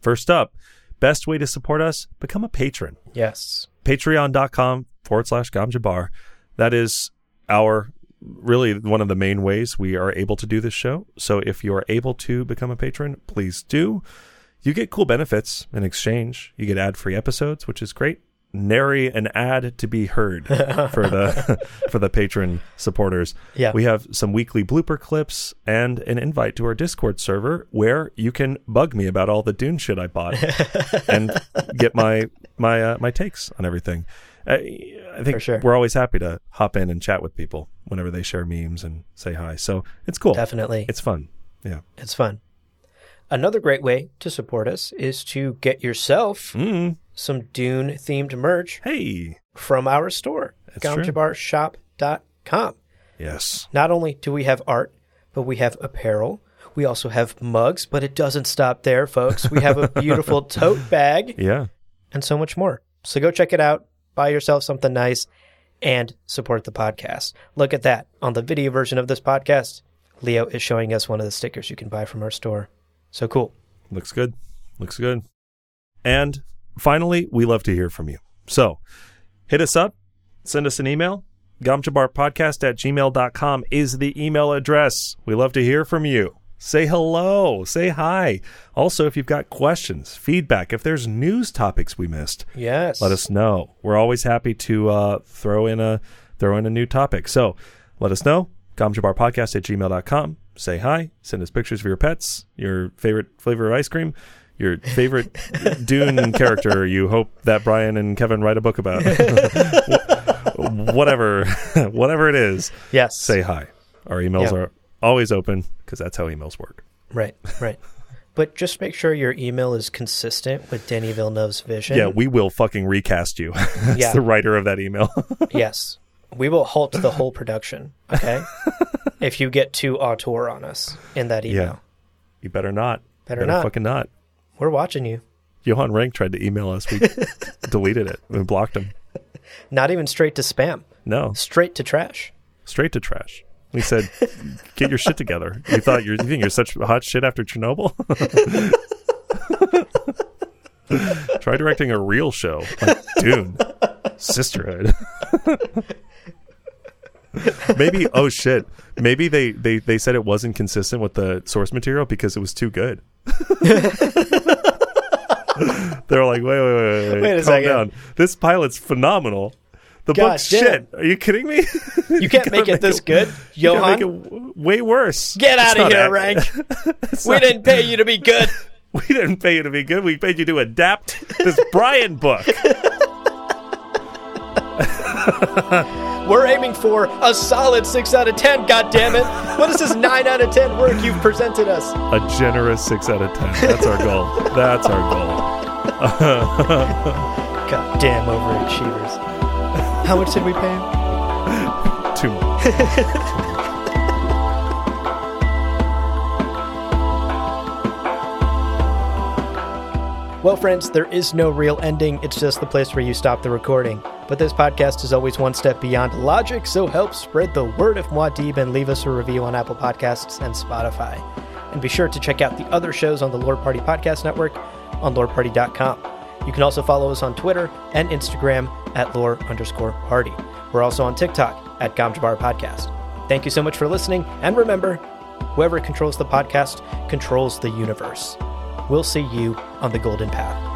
[SPEAKER 2] First up, best way to support us: become a patron.
[SPEAKER 1] Yes.
[SPEAKER 2] patreon.com forward slash gamjabar. That is our really one of the main ways we are able to do this show. So if you are able to become a patron, please do. You get cool benefits in exchange. You get ad free episodes, which is great. Nary an ad to be heard for the <laughs> for the patron supporters.
[SPEAKER 1] Yeah.
[SPEAKER 2] We have some weekly blooper clips and an invite to our Discord server where you can bug me about all the Dune shit I bought and get my my uh, my takes on everything. I, I think
[SPEAKER 1] For sure.
[SPEAKER 2] we're always happy to hop in and chat with people whenever they share memes and say hi. So it's cool.
[SPEAKER 1] Definitely.
[SPEAKER 2] It's fun. Yeah.
[SPEAKER 1] It's fun. Another great way to support us is to get yourself
[SPEAKER 2] Mm.
[SPEAKER 1] some Dune themed merch
[SPEAKER 2] Hey.
[SPEAKER 1] from our store,
[SPEAKER 2] true.
[SPEAKER 1] gomjabarshop.com.
[SPEAKER 2] Yes.
[SPEAKER 1] Not only do we have art, but we have apparel. We also have mugs, but it doesn't stop there, folks. We have
[SPEAKER 2] <laughs>
[SPEAKER 1] a beautiful tote bag
[SPEAKER 2] Yeah.
[SPEAKER 1] and so much more. So go check it out, buy yourself something nice, and support the podcast. Look at that. On the video version of this podcast, Leo is showing us one of the stickers you can buy from our store. So cool.
[SPEAKER 2] Looks good. Looks good. And finally, we love to hear from you. So hit us up, send us an email. Gomjabarpodcast at gmail.com is the email address. We love to hear from you. Say hello. Say hi. Also, if you've got questions, feedback, if there's news topics we missed,
[SPEAKER 1] Yes.
[SPEAKER 2] let us know. We're always happy to uh, throw in a throw in a new topic. So let us know. Podcast at gmail.com. Say hi. Send us pictures of your pets, your favorite flavor of ice cream,
[SPEAKER 1] <laughs>
[SPEAKER 2] your favorite Dune character you hope that Brian and Kevin write a
[SPEAKER 1] <laughs>
[SPEAKER 2] book about. whatever, <laughs> whatever it is,
[SPEAKER 1] Yes.
[SPEAKER 2] say hi. Our emails
[SPEAKER 1] Yeah.
[SPEAKER 2] are always open because that's how emails work.
[SPEAKER 1] Right, right. but just make sure your email is consistent with Denny Villeneuve's vision.
[SPEAKER 2] Yeah, we will fucking recast you <laughs> as
[SPEAKER 1] Yeah.
[SPEAKER 2] the writer of that email.
[SPEAKER 1] yes. We will halt the whole production,
[SPEAKER 2] <laughs>
[SPEAKER 1] okay? if you get too auteur on us in that email.
[SPEAKER 2] Yeah. You better not.
[SPEAKER 1] Better
[SPEAKER 2] better
[SPEAKER 1] not.
[SPEAKER 2] fucking not.
[SPEAKER 1] We're watching you.
[SPEAKER 2] Johan Rank tried to email us. <laughs> We deleted it and blocked him.
[SPEAKER 1] Not even straight to spam,
[SPEAKER 2] No,
[SPEAKER 1] straight to
[SPEAKER 2] <laughs>
[SPEAKER 1] trash.
[SPEAKER 2] straight to trash. We said, "Get your shit together." You thought you're you think you're such hot shit after Chernobyl? <laughs> Try directing a real show like Dune, Sisterhood. <laughs> maybe oh shit. Maybe they, they they said it wasn't consistent with the source material because it was too good. <laughs> They're like, wait, wait, wait, wait,
[SPEAKER 1] Wait a
[SPEAKER 2] calm
[SPEAKER 1] second.
[SPEAKER 2] down. This pilot's phenomenal. The
[SPEAKER 1] God
[SPEAKER 2] book's
[SPEAKER 1] damn.
[SPEAKER 2] shit. Are you kidding me? <laughs>
[SPEAKER 1] You can't make it this good,
[SPEAKER 2] You gotta
[SPEAKER 1] Johan.
[SPEAKER 2] make it w- way worse.
[SPEAKER 1] Get
[SPEAKER 2] It's
[SPEAKER 1] out of
[SPEAKER 2] not
[SPEAKER 1] here,
[SPEAKER 2] ac-
[SPEAKER 1] Rank.
[SPEAKER 2] it's
[SPEAKER 1] we
[SPEAKER 2] not-
[SPEAKER 1] didn't pay you to be good.
[SPEAKER 2] <laughs> We didn't pay you to be good. We paid you to adapt this Brian book.
[SPEAKER 1] We're aiming for a solid six out of ten. God damn it! What is this nine out of ten work you've presented us?
[SPEAKER 2] <laughs> A generous six out of ten. That's our goal. That's our goal.
[SPEAKER 1] God damn overachievers. How much did we pay him?
[SPEAKER 2] Two more.
[SPEAKER 1] Well, friends, there is no real ending. It's just the place where you stop the recording. But this podcast is always one step beyond logic, so help spread the word of Muad'Dib and leave us a review on Apple Podcasts and Spotify. And be sure to check out the other shows on the Lord Party Podcast Network on LordParty.com. You can also follow us on Twitter and Instagram at lore underscore party. We're also on TikTok at Gamjabar Podcast. Thank you so much for listening, and remember, whoever controls the podcast controls the universe. We'll see you on the Golden Path.